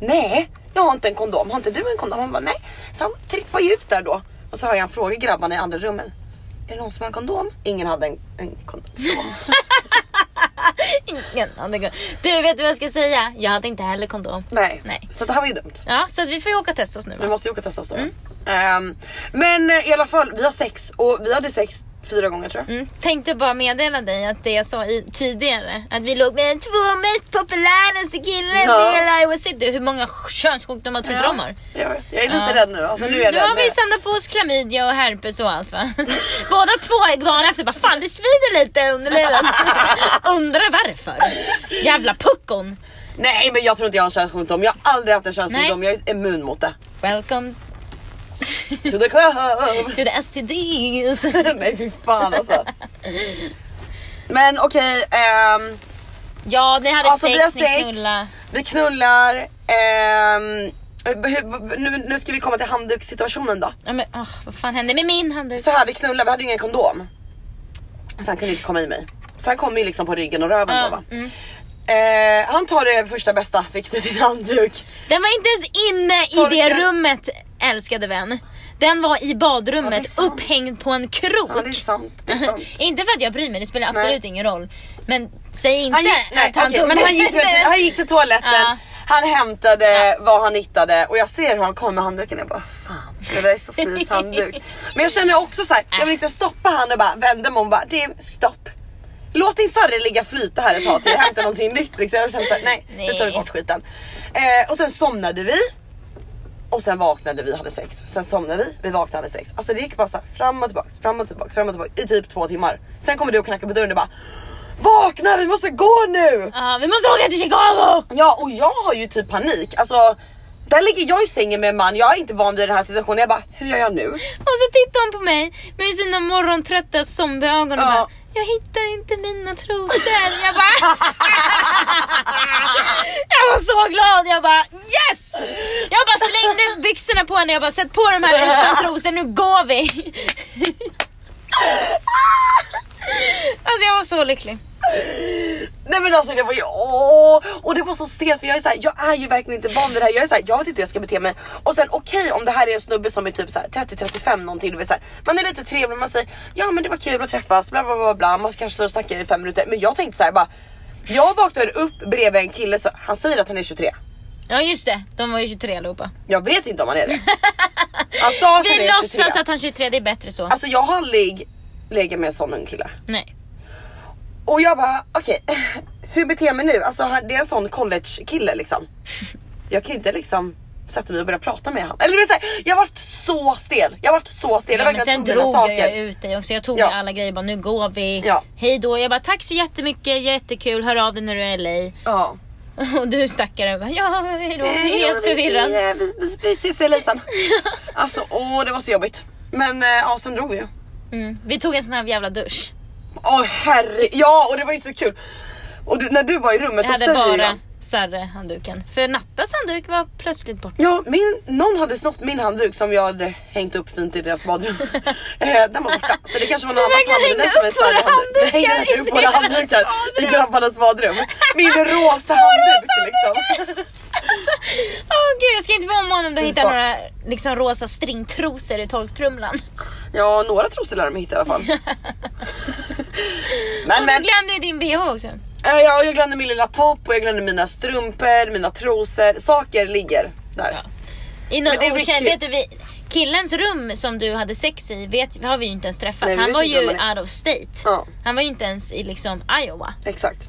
Speaker 1: nej jag har inte en kondom. Har inte du en kondom? Han bara, nej. Så han trippar ju ut där då. Och så hör jag han fråga grabbarna i andra rummen. Är det någon som har en kondom? Ingen hade en, en
Speaker 2: [laughs]
Speaker 1: kondom.
Speaker 2: Ingen hade gått. Du, vet du vad jag ska säga? Jag hade inte heller kondom.
Speaker 1: Nej.
Speaker 2: Nej.
Speaker 1: Så det här var ju dumt.
Speaker 2: Ja, så att vi får ju åka och testa oss nu.
Speaker 1: Vi
Speaker 2: va?
Speaker 1: måste ju åka och testa oss då.
Speaker 2: Mm.
Speaker 1: Ehm, men eh, i alla fall, vi har sex och vi hade sex fyra gånger tror jag.
Speaker 2: Mm. Tänkte bara meddela dig att det jag sa i, tidigare, att vi låg med den två mest populäraste killen
Speaker 1: Ja.
Speaker 2: i hela Iowa City. Hur många könssjukdomar tror du de har?
Speaker 1: Jag vet, jag är lite rädd nu. Alltså, nu är jag
Speaker 2: Mm, Nu har
Speaker 1: rädd.
Speaker 2: vi samlat på oss klamydia och herpes och allt va? [laughs] Båda två dagen efter bara fan det svider lite i underlivet. [laughs] Undrar varför. Jävla puckon.
Speaker 1: Nej men jag tror inte jag har en könssjukdom. Jag har aldrig haft en könssjukdom.
Speaker 2: Nej.
Speaker 1: Jag är immun mot det.
Speaker 2: Welcome
Speaker 1: To the club.
Speaker 2: to the STDs.
Speaker 1: [laughs] Nej fy fan alltså. Men okej, ehm,
Speaker 2: Ja ni hade
Speaker 1: alltså vi har
Speaker 2: sex, ni
Speaker 1: sex.
Speaker 2: knullade.
Speaker 1: Vi knullar. ehm, hur- nu, nu ska vi komma till handdukssituationen då.
Speaker 2: Ja, men, åh, vad fan hände med min handduk?
Speaker 1: Så här vi knullade, vi hade ju ingen kondom. Så han kunde inte komma i mig. Så han kom ju liksom på ryggen och röven då va.
Speaker 2: Mm.
Speaker 1: Eh, han tar det första bästa, fick det din handduk.
Speaker 2: Den var inte ens inne i
Speaker 1: Torka.
Speaker 2: det rummet älskade vän. Den var i
Speaker 1: Ja, det är
Speaker 2: badrummet
Speaker 1: sant.
Speaker 2: upphängd på en krok.
Speaker 1: Ja det är sant, det är sant.
Speaker 2: Alltså, inte för att jag bryr mig, det spelar absolut ingen roll. Men säg inte
Speaker 1: [laughs] Han gick, nej,
Speaker 2: att han
Speaker 1: okej,
Speaker 2: tog
Speaker 1: men han gick,
Speaker 2: den.
Speaker 1: till- han gick till toaletten,
Speaker 2: Ja.
Speaker 1: han hämtade vad han hittade och jag ser hur han kommer med handduken och jag bara fan det där är Sofies handduk. Men jag känner också så här, jag vill inte stoppa han och bara vända mig om och bara du stopp. Låt din sarre ligga och flyta här ett tag till jag hämtar någonting nytt liksom. Jag känner så här, nej, nu tar vi
Speaker 2: Nej.
Speaker 1: bort skiten. Eh, och sen somnade vi. och sen vaknade vi, hade sex. Sen somnade vi, vi vaknade, hade sex. Alltså det gick bara så här, fram och tillbaks, fram och tillbaks, fram och tillbaks i typ två timmar. Sen kommer du och knackar på dörren och bara Vakna, vi måste gå nu!
Speaker 2: Ja, vi måste åka till Chicago!
Speaker 1: Ja och jag har ju typ panik, alltså där ligger jag i sängen med en man, jag är inte van vid den här situationen. Jag bara, hur gör jag nu?
Speaker 2: Och så tittar hon på mig med sina morgontrötta zombieögon och
Speaker 1: Ja.
Speaker 2: bara Jag hittar inte mina trosor. Jag bara [laughs] Jag var så glad. Jag bara yes! Jag bara slängde byxorna på henne. Jag bara sätt på de här utan trosor. Nu går vi. [laughs] Alltså jag var så lycklig.
Speaker 1: Nej men alltså det var ju åh! Och det var så stelt för jag är, så här, jag är ju verkligen inte van vid det här. Jag är så här, jag vet inte hur jag ska bete mig. Och sen okej om det här är en snubbe som är typ så här 30-35 någonting. Du vet, så här, man är lite trevlig, man säger ja men det var kul att träffas, bla bla bla. bla. Man kanske står och snackar i fem minuter. Men jag tänkte så här bara, jag vaknade upp bredvid en kille, så, han säger att han är 23.
Speaker 2: Ja just det, de var ju 23 allihopa.
Speaker 1: Jag vet inte om han är
Speaker 2: [laughs]
Speaker 1: det. Han sa att han
Speaker 2: Vi
Speaker 1: är 23.
Speaker 2: låtsas att han är 23, det är bättre så.
Speaker 1: Alltså jag har aldrig legat med en sån ung kille.
Speaker 2: Nej.
Speaker 1: Och jag bara okej, [laughs] hur beter jag mig nu? Alltså han- det är en sån college kille liksom. Jag kan ju inte liksom sätta mig och börja prata med honom. Eller du vet såhär, jag har varit så stel. Jag har varit så stel. Jag
Speaker 2: Ja, men
Speaker 1: verkligen
Speaker 2: sen
Speaker 1: tog mina
Speaker 2: drog jag ju
Speaker 1: saker.
Speaker 2: ut dig också. Jag tog
Speaker 1: Ja.
Speaker 2: ju alla grejer bara nu går vi.
Speaker 1: Ja.
Speaker 2: Hej då. Jag bara tack så jättemycket, jättekul. Hör av dig när du är i LA.
Speaker 1: Ja.
Speaker 2: [laughs] Och du stackare bara ja hej då. Helt förvirrad.
Speaker 1: Vi, vi, vi, vi ses i
Speaker 2: [laughs]
Speaker 1: Lisan. Alltså åh det var så jobbigt. Men eh, ja sen drog vi ju.
Speaker 2: Mm. Vi tog en sån här jävla dusch.
Speaker 1: Åh herre, ja och det var ju så kul. Och du, när du var i rummet
Speaker 2: Jag
Speaker 1: då
Speaker 2: hade
Speaker 1: säger jag.
Speaker 2: bara Sarre-handduken. För Nattas handduk var plötsligt borta. [laughs]
Speaker 1: Ja, min, någon hade snott min handduk som jag hade hängt upp fint i deras
Speaker 2: [laughs]
Speaker 1: badrum. eh, den var borta. Så det kanske var någon annan som
Speaker 2: verkar
Speaker 1: använde den
Speaker 2: hänga
Speaker 1: som en
Speaker 2: upp
Speaker 1: slarvig handduk.
Speaker 2: våra
Speaker 1: Jag hängde
Speaker 2: handdukar i
Speaker 1: upp våra
Speaker 2: deras
Speaker 1: handdukar i
Speaker 2: badrum.
Speaker 1: grabbarnas badrum.
Speaker 2: [laughs]
Speaker 1: Min rosa handduk liksom.
Speaker 2: Åh gud jag ska inte vara om honom då hittar
Speaker 1: fan.
Speaker 2: några liksom, rosa stringtrosor i torktrumlan.
Speaker 1: Ja, några trosor lär de hitta i alla
Speaker 2: [laughs]
Speaker 1: fall. men
Speaker 2: Och du
Speaker 1: men,
Speaker 2: glömde ju din bh också.
Speaker 1: eh, ja, jag glömde min lilla topp och jag glömde mina strumpor, mina trosor. Saker ligger där.
Speaker 2: Ja. I någon
Speaker 1: Men det är väl
Speaker 2: okänd,
Speaker 1: kul.
Speaker 2: vet du, vi, killens rum som du hade sex i vet, har vi ju inte ens träffat.
Speaker 1: Nej, vi
Speaker 2: han
Speaker 1: vet
Speaker 2: var
Speaker 1: inte
Speaker 2: ju
Speaker 1: vem han
Speaker 2: out of state.
Speaker 1: Ja.
Speaker 2: Han var ju inte ens i liksom Iowa.
Speaker 1: Exakt.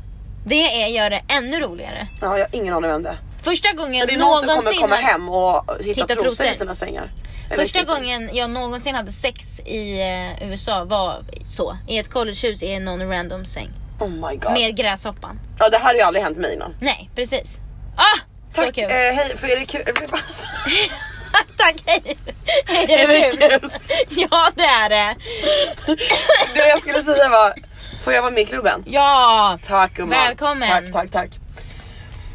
Speaker 2: Det är, gör det ännu roligare.
Speaker 1: Ja, jag har ingen aning vem det är.
Speaker 2: Första gången,
Speaker 1: Men det är någon som
Speaker 2: någonsin,
Speaker 1: kommer komma hem och hitta,
Speaker 2: Hitta
Speaker 1: trosor, i
Speaker 2: trosor.
Speaker 1: sina sängar. Eller i
Speaker 2: första
Speaker 1: sin säng.
Speaker 2: gången jag någonsin hade sex i eh, USA var så. I ett collegehus i någon random säng.
Speaker 1: Oh my god.
Speaker 2: Med gräshoppan.
Speaker 1: Ja det här har ju aldrig hänt mig innan.
Speaker 2: Nej, precis. Ah! Så
Speaker 1: Tack,
Speaker 2: kul.
Speaker 1: eh, hej för är det kul? [laughs]
Speaker 2: [laughs] Tack, hej! Hej, är det kul? Ja, det är det.
Speaker 1: det jag skulle säga var, får jag vara med i klubben?
Speaker 2: Ja!
Speaker 1: Tack gumman.
Speaker 2: Välkommen.
Speaker 1: Tack, tack, tack.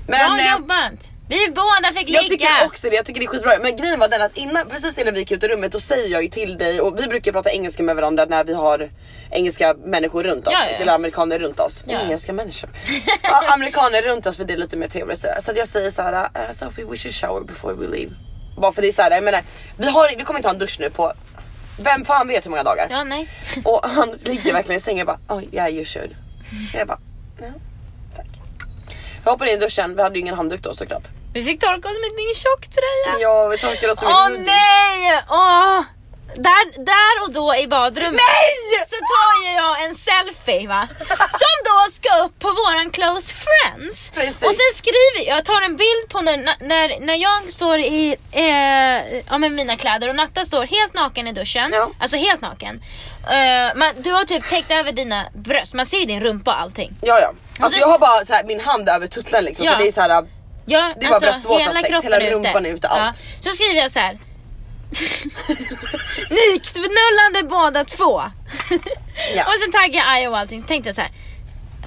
Speaker 1: Men
Speaker 2: Bra
Speaker 1: eh,
Speaker 2: jobbat! Vi båda fick
Speaker 1: jag
Speaker 2: ligga!
Speaker 1: tycker också det, jag tycker det är skitbra. Men grejen var den att innan, precis innan vi gick ut i rummet då säger jag ju till dig och vi brukar prata engelska med varandra när vi har engelska människor runt oss.
Speaker 2: Ja, ja.
Speaker 1: Eller amerikaner runt oss.
Speaker 2: Ja.
Speaker 1: Engelska
Speaker 2: [laughs]
Speaker 1: människor. ja, amerikaner runt oss för det är lite mer trevligt sådär. Så att jag säger såhär, uh, Sophie we should shower before we leave. Bara för det är såhär, jag menar vi, har, vi kommer inte ha en dusch nu på vem fan vet hur många dagar.
Speaker 2: Ja, nej.
Speaker 1: [laughs] Och han ligger verkligen i sängen och bara oh yeah you should. Jag bara ja, tack. Jag hoppade in i duschen, vi hade ju ingen handduk då såklart.
Speaker 2: Vi fick torka oss med din tjocktröja.
Speaker 1: Ja vi torkade oss med
Speaker 2: Åh
Speaker 1: hoodie.
Speaker 2: nej! Åh. Där, där och då i badrummet nej! så tar ju jag en
Speaker 1: [laughs]
Speaker 2: selfie va? Som då ska upp på våran close friends.
Speaker 1: Precis.
Speaker 2: Och sen skriver jag, tar en bild på när, när, när jag står i eh, ja, men mina kläder och Natta står helt naken i duschen.
Speaker 1: Ja.
Speaker 2: Alltså helt naken. Eh, man, du har typ täckt över dina bröst, man ser ju din rumpa och allting.
Speaker 1: Ja ja. Alltså
Speaker 2: så-
Speaker 1: jag har bara så här, min hand över tuttan liksom så
Speaker 2: Ja.
Speaker 1: det är så här.
Speaker 2: Ja, alltså,
Speaker 1: Det är bara bröstvårtan sex, hela rumpan är ute, allt.
Speaker 2: Ja. Så skriver jag så här. [laughs] Nyknullande båda två.
Speaker 1: [laughs] Ja.
Speaker 2: Och sen taggar jag Iowa och allting, så tänkte jag så här.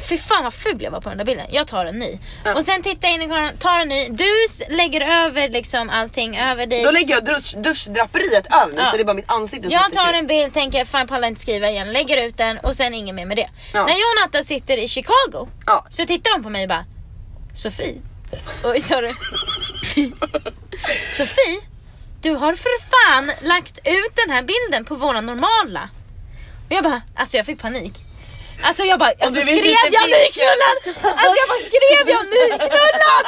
Speaker 2: Fy fan vad ful jag var på den där bilden, jag tar en ny.
Speaker 1: Ja.
Speaker 2: Och sen tittar jag in i kameran, tar en ny, du s- lägger över liksom allting över dig.
Speaker 1: Då lägger jag dusch, duschdraperiet över mig
Speaker 2: Ja.
Speaker 1: så det är bara mitt ansikte som
Speaker 2: Jag
Speaker 1: sticker
Speaker 2: tar
Speaker 1: ut.
Speaker 2: en bild, tänker fan jag pallar inte skriva igen, lägger ut den och sen inget mer med det.
Speaker 1: Ja.
Speaker 2: När jag och Natta sitter i Chicago
Speaker 1: Ja.
Speaker 2: så tittar hon på mig och bara Sofie, oj sorry. [laughs] Sofie, du har för fan lagt ut den här bilden på våra normala. Och jag bara, alltså jag fick panik. Alltså jag bara, alltså
Speaker 1: visste
Speaker 2: skrev
Speaker 1: inte
Speaker 2: jag
Speaker 1: vilken.
Speaker 2: nyknullad? Alltså jag bara, skrev jag nyknullad?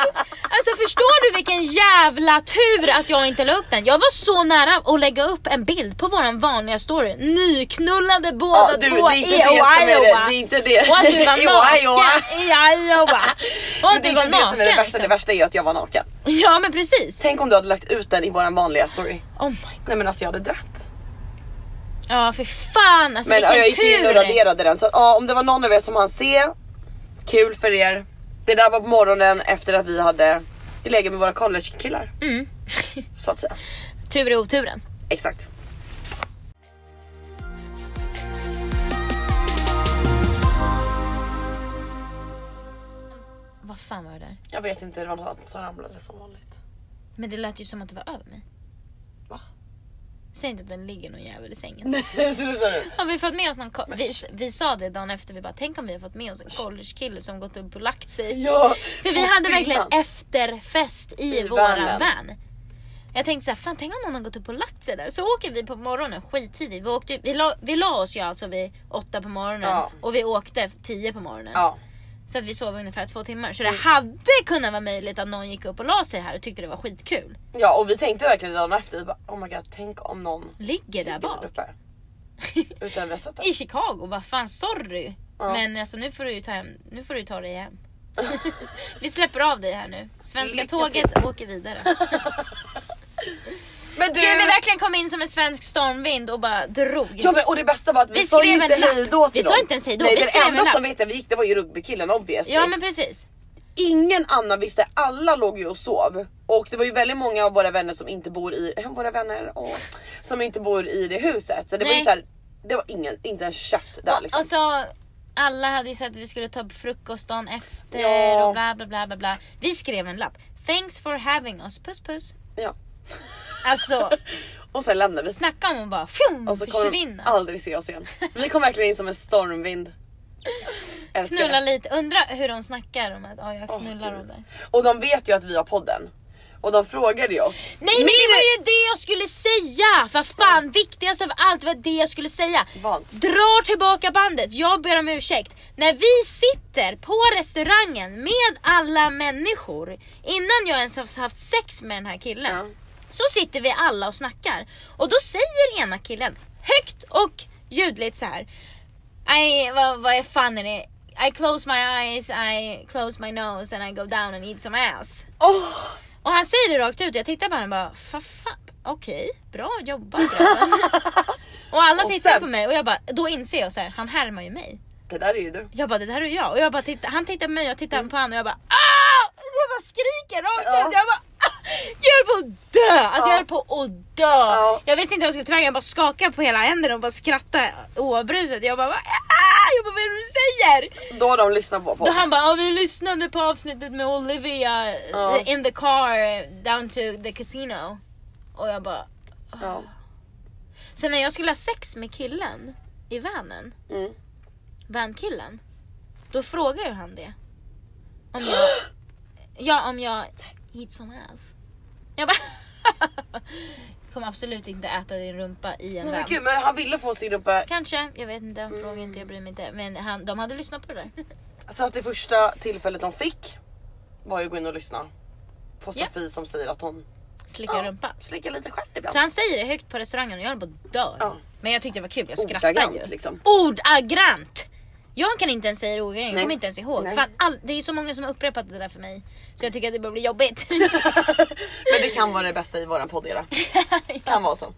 Speaker 2: Alltså förstår du vilken jävla tur att jag inte la upp den? Jag var så nära att lägga upp en bild på våran vanliga story. Nyknullade båda
Speaker 1: Ja, du,
Speaker 2: två
Speaker 1: det är inte
Speaker 2: i
Speaker 1: det som är det.
Speaker 2: Iowa.
Speaker 1: [laughs] Det är inte det.
Speaker 2: Och att du
Speaker 1: I
Speaker 2: var naken
Speaker 1: [laughs] Iowa.
Speaker 2: i Iowa. Och
Speaker 1: Men det,
Speaker 2: att du
Speaker 1: är typ
Speaker 2: var
Speaker 1: det som är det
Speaker 2: naken.
Speaker 1: värsta, det
Speaker 2: liksom.
Speaker 1: värsta är ju att jag var naken.
Speaker 2: Ja men precis.
Speaker 1: Tänk om du hade lagt ut den i våran vanliga story.
Speaker 2: Oh my god.
Speaker 1: Nej men alltså jag hade dött.
Speaker 2: Ja för fan alltså
Speaker 1: Men ja, jag
Speaker 2: vilken
Speaker 1: gick in och
Speaker 2: tur.
Speaker 1: raderade den så att, ja, om det var någon av er som hann se, kul för er. Det där var på morgonen efter att vi hade i läge med våra collegekillar
Speaker 2: Mm.
Speaker 1: så att säga.
Speaker 2: tur i oturen.
Speaker 1: Exakt.
Speaker 2: Vad fan var det där?
Speaker 1: Jag vet inte, det var något som ramlade som vanligt.
Speaker 2: Men det lät ju som att det var över mig.
Speaker 1: Va?
Speaker 2: Säg inte att den ligger någon jävel i sängen.
Speaker 1: Nej, [laughs] sluta nu.
Speaker 2: Har vi fått med oss någon ko- vi, vi sa det dagen efter, vi bara tänk om vi har fått med oss en collegekille som gått upp och lagt sig.
Speaker 1: Ja,
Speaker 2: För
Speaker 1: på
Speaker 2: vi hade verkligen
Speaker 1: fyllan.
Speaker 2: efterfest i,
Speaker 1: I
Speaker 2: våran
Speaker 1: vanen.
Speaker 2: van. Jag tänkte såhär, fan tänk om någon har gått upp och lagt sig där. Så åker vi på morgonen skittidigt. Vi, åkte, vi, la, vi la oss ju alltså vid åtta på morgonen
Speaker 1: Ja.
Speaker 2: och vi åkte tio på morgonen.
Speaker 1: Ja, Mm.
Speaker 2: Så att vi sov ungefär två timmar. Så det hade kunnat vara möjligt att någon gick upp och la sig här och tyckte det var skitkul.
Speaker 1: ja och vi tänkte verkligen dagen efter, vi bara, oh my god tänk om någon
Speaker 2: Ligger
Speaker 1: ligger där
Speaker 2: där bak. [laughs]
Speaker 1: uppe. Utan vi har sett det.
Speaker 2: I Chicago, vad fan sorry.
Speaker 1: Ja.
Speaker 2: Men alltså nu får du ju ta, hem, nu får du ju ta
Speaker 1: [laughs]
Speaker 2: dig hem. [laughs] vi släpper av dig här nu. Svenska
Speaker 1: Lycka
Speaker 2: tåget åker vidare.
Speaker 1: Men du!
Speaker 2: Gud vi verkligen kom in som en svensk stormvind och bara drog.
Speaker 1: Ja men och det bästa var att vi,
Speaker 2: Vi
Speaker 1: sa ju
Speaker 2: skrev
Speaker 1: inte
Speaker 2: en lapp.
Speaker 1: hejdå till
Speaker 2: Vi sa
Speaker 1: dem.
Speaker 2: inte ens hejdå,
Speaker 1: Nej,
Speaker 2: vi skrev
Speaker 1: den
Speaker 2: en
Speaker 1: enda
Speaker 2: lapp.
Speaker 1: som vet att vi gick det var ju rugbykillen obviously.
Speaker 2: ja men precis.
Speaker 1: Ingen annan visste, alla låg ju och sov. Och det var ju väldigt många av våra vänner som inte bor i, våra vänner och, som inte bor i det huset. Så det var ju
Speaker 2: Nej.
Speaker 1: såhär, det var ingen, inte en käft där liksom.
Speaker 2: Alltså, alla hade ju sagt att vi skulle ta frukost dagen efter
Speaker 1: Ja.
Speaker 2: och bla bla bla bla bla. Vi skrev en lapp. Thanks for having us. Puss puss.
Speaker 1: Ja. [laughs]
Speaker 2: Alltså
Speaker 1: Och sen lämnade vi.
Speaker 2: snacka om att bara fjum,
Speaker 1: Och så kommer de
Speaker 2: Mm, försvinna.
Speaker 1: aldrig se oss igen. Vi kom verkligen in som en
Speaker 2: [laughs]
Speaker 1: stormvind. Älskar det.
Speaker 2: Knulla lite. Undra hur de snackar om att ja, jag knullar
Speaker 1: gud.
Speaker 2: oh, där.
Speaker 1: Och de vet ju att vi har podden. Och de frågade ju oss.
Speaker 2: Nej men det var ju det jag skulle säga! Vad fan, viktigast av allt var det jag skulle säga.
Speaker 1: Vad?
Speaker 2: Drar tillbaka bandet, jag ber om ursäkt. När vi sitter på restaurangen med alla människor, innan jag ens har haft sex med den här killen,
Speaker 1: Ja.
Speaker 2: så sitter vi alla och snackar. Och då säger ena killen högt och ljudligt så här. I, vad, vad är fan är det? I close my eyes, I close my nose and I go down and eat some ass.
Speaker 1: Åh!
Speaker 2: Och han säger det rakt ut jag tittar på honom och bara, "Fa- fan, okej, bra jobbat grabben." Och alla
Speaker 1: Och
Speaker 2: tittar
Speaker 1: sen-
Speaker 2: på mig och jag bara, då inser jag så här, han härmar ju mig.
Speaker 1: [laughs] det där är ju du.
Speaker 2: Jag bara, det där är jag. Och jag bara tittar, han tittar på mig och jag tittar på honom och jag bara, ah! Jag bara skriker rakt
Speaker 1: Ja.
Speaker 2: ut. Jag bara, "Ah!" jag höll på att dö!
Speaker 1: Ja.
Speaker 2: Alltså jag höll på att dö!
Speaker 1: Ja.
Speaker 2: Jag visste inte vad jag skulle ta vägen, jag bara skakade på hela händerna och bara skrattade oavbrutet. Jag bara, ah! jag bara vad är det du säger?
Speaker 1: Då har de lyssnat på
Speaker 2: Då
Speaker 1: podden.
Speaker 2: han bara, "Ja, vi lyssnade på avsnittet med Olivia
Speaker 1: Ja.
Speaker 2: eh, in the car down to the casino. Och jag bara, "Ah."
Speaker 1: Ja.
Speaker 2: så när jag skulle ha sex med killen i vanen,
Speaker 1: Mm.
Speaker 2: vankillen, då frågar ju han det. Om jag, ja om jag eat some ass. Jag bara, [laughs] kommer absolut inte äta din rumpa i en
Speaker 1: Nej, men
Speaker 2: van.
Speaker 1: gud, men han ville få sin rumpa,
Speaker 2: Kanske, jag vet inte, han frågar inte, jag bryr mig inte. Men han, de hade lyssnat på det där. [laughs]
Speaker 1: så att det första tillfället de fick var ju att gå in och lyssna på
Speaker 2: Ja.
Speaker 1: Sofie som säger att hon
Speaker 2: Slicka
Speaker 1: Ja.
Speaker 2: rumpa.
Speaker 1: slickar lite stjärt
Speaker 2: Så
Speaker 1: ibland.
Speaker 2: han säger det högt på restaurangen och jag höll på att dö.
Speaker 1: Ja.
Speaker 2: Men jag tyckte det var kul, jag skrattade
Speaker 1: Ordagrant
Speaker 2: ju.
Speaker 1: liksom.
Speaker 2: Ordagrant! Jag kan inte ens säga det ordagrant, jag
Speaker 1: Nej.
Speaker 2: kommer inte ens ihåg.
Speaker 1: Nej.
Speaker 2: Fan, all, det är så många som har upprepat det där för mig. Så jag tycker att det börjar
Speaker 1: [laughs]
Speaker 2: bli jobbigt.
Speaker 1: [laughs] Men det kan vara det bästa i våran poddera. Kan vara så.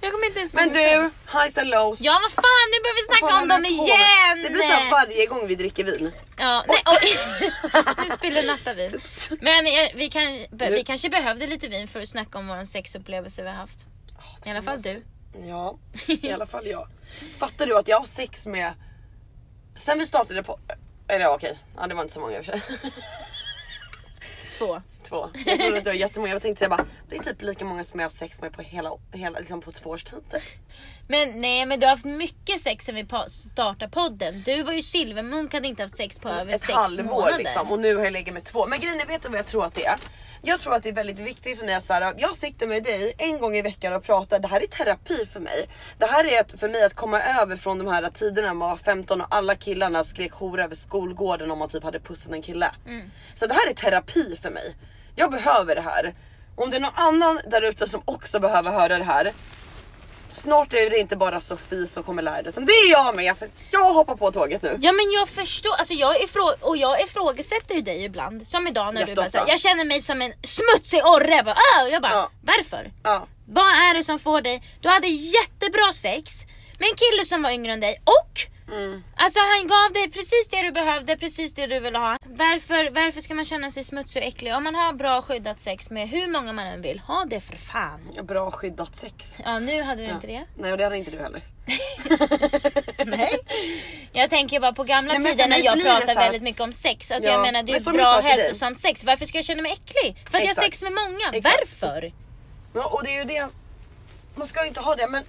Speaker 2: jag kommer inte ens
Speaker 1: Men
Speaker 2: ihåg det.
Speaker 1: du, highs and lows.
Speaker 2: Ja vad fan, nu börjar vi snacka om dem igen!
Speaker 1: Det blir så varje gång vi dricker vin.
Speaker 2: Ja,
Speaker 1: [laughs]
Speaker 2: nej, oj. [laughs] nu spiller Natta vin.
Speaker 1: Oops.
Speaker 2: Men eh, vi, kan, be,
Speaker 1: Nu-
Speaker 2: vi kanske behövde lite vin för att snacka om vår sexupplevelse vi har haft. I alla fall du.
Speaker 1: Ja, i alla fall jag. Fattar du att jag har sex med... Sen vi startade på... Eller ja, okej, ja, det var inte så många i och för sig. [laughs]
Speaker 2: Två.
Speaker 1: Två. Jag trodde att det var jättemånga. Jag tänkte säga bara, det är typ lika många som jag har haft sex med på, hela, hela, liksom på två års tid.
Speaker 2: Men nej, men du har haft mycket sex sen vi pa- startade podden. Du var ju silvermunk, hade inte haft sex på över
Speaker 1: Ett
Speaker 2: sex
Speaker 1: halvår
Speaker 2: månader.
Speaker 1: liksom och nu har jag legat med två. Men grejen är, vet du vad jag tror att det är? Jag tror att det är väldigt viktigt för mig att så här, jag sitter med dig en gång i veckan och pratar. Det här är terapi för mig. Det här är ett, för mig att komma över från de här tiderna när man var 15 och alla killarna skrek hora över skolgården om man typ hade pussat en kille.
Speaker 2: Mm.
Speaker 1: Så det här är terapi för mig. Jag behöver det här. Om det är någon annan där ute som också behöver höra det här. Snart är det inte bara Sofie som kommer lära dig utan det är jag med för jag hoppar på tåget nu.
Speaker 2: Ja men jag förstår, alltså jag ifrå- och jag ifrågasätter ju dig ibland. Som idag när du
Speaker 1: Jätteofta.
Speaker 2: bara såhär, jag känner mig som en smutsig orre. Jag bara, "Åh!" jag bara
Speaker 1: Ja.
Speaker 2: varför?
Speaker 1: Ja.
Speaker 2: Vad är det som får dig? Du hade jättebra sex med en kille som var yngre än dig och
Speaker 1: Mm.
Speaker 2: Alltså han gav dig precis det du behövde, precis det du ville ha. Varför, varför ska man känna sig smutsig och äcklig om man har bra skyddat sex med hur många man än vill? Ha det för fan.
Speaker 1: Bra skyddat sex.
Speaker 2: Ja nu hade du inte det.
Speaker 1: Nej och det hade inte du heller.
Speaker 2: Nej. Jag tänker bara på gamla
Speaker 1: Nej, men
Speaker 2: tider
Speaker 1: för
Speaker 2: när
Speaker 1: mig
Speaker 2: jag
Speaker 1: blir det
Speaker 2: pratade
Speaker 1: så här-
Speaker 2: väldigt mycket om sex. Alltså
Speaker 1: Ja,
Speaker 2: jag menar det
Speaker 1: men
Speaker 2: är
Speaker 1: så blir
Speaker 2: ju
Speaker 1: det
Speaker 2: bra
Speaker 1: så
Speaker 2: och
Speaker 1: för dig.
Speaker 2: hälsosamt sex. Varför ska jag känna mig äcklig? För att jag har
Speaker 1: Exakt.
Speaker 2: sex med många.
Speaker 1: Exakt.
Speaker 2: Varför?
Speaker 1: Ja, och det är ju det. Man ska ju inte ha det men,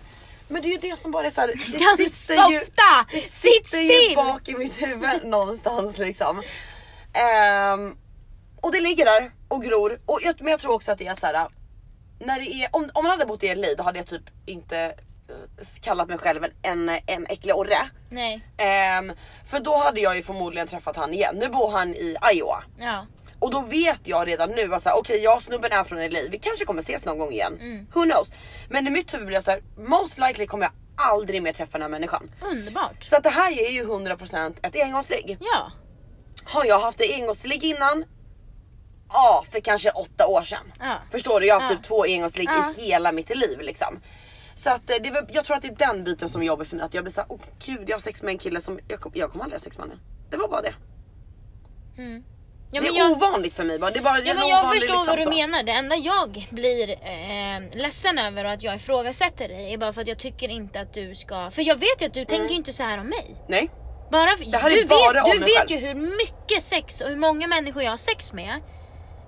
Speaker 1: men det är ju det som bara
Speaker 2: [laughs]
Speaker 1: är så här.
Speaker 2: Kan
Speaker 1: Det sitter ju,
Speaker 2: softa!
Speaker 1: det
Speaker 2: Sitt
Speaker 1: sitter ju
Speaker 2: still!
Speaker 1: bak i mitt huvud [laughs] någonstans liksom. Ehm, och det ligger där och gror. Och jag, men jag tror också att det är så här. När det är, om, om man hade bott i LA då hade jag typ inte eh, kallat mig själv en, en, en äcklig orre.
Speaker 2: Nej.
Speaker 1: Ehm, för då hade jag ju förmodligen träffat han igen. Nu bor han i Iowa.
Speaker 2: Ja.
Speaker 1: Och då vet jag redan nu att så här, okej jag och snubben är från LA, vi kanske kommer ses någon gång igen.
Speaker 2: Mm.
Speaker 1: Who knows? Men i mitt huvud blir jag såhär, most likely kommer jag aldrig mer träffa den här människan.
Speaker 2: Underbart.
Speaker 1: Så att det här är ju 100% ett engångsligg.
Speaker 2: Ja.
Speaker 1: Har jag haft ett engångsligg innan? Ja, för kanske åtta år sedan.
Speaker 2: Ja.
Speaker 1: Förstår du? Jag har haft
Speaker 2: Ja.
Speaker 1: typ två engångsligg
Speaker 2: Ja.
Speaker 1: i hela mitt liv liksom. Så att eh, det, är väl- jag tror att det är den biten som är jobbig för mig. Att jag blir såhär, åh gud jag har sex med en kille som, jag, kom, jag kommer aldrig ha sex med honom. Det var bara det.
Speaker 2: Ja,
Speaker 1: det är
Speaker 2: men jag,
Speaker 1: ovanligt för mig bara. Det är bara det är
Speaker 2: ja, men
Speaker 1: en
Speaker 2: jag
Speaker 1: ovanlig,
Speaker 2: förstår
Speaker 1: liksom,
Speaker 2: vad du
Speaker 1: så.
Speaker 2: menar. Det enda jag blir eh, ledsen över och att jag ifrågasätter dig är bara för att jag tycker inte att du ska... För jag vet ju att du
Speaker 1: Mm.
Speaker 2: tänker ju inte så här om mig.
Speaker 1: Nej.
Speaker 2: Bara för,
Speaker 1: här är
Speaker 2: du
Speaker 1: bara om
Speaker 2: vet, du
Speaker 1: mig
Speaker 2: vet
Speaker 1: själv.
Speaker 2: ju hur mycket sex och hur många människor jag har sex med.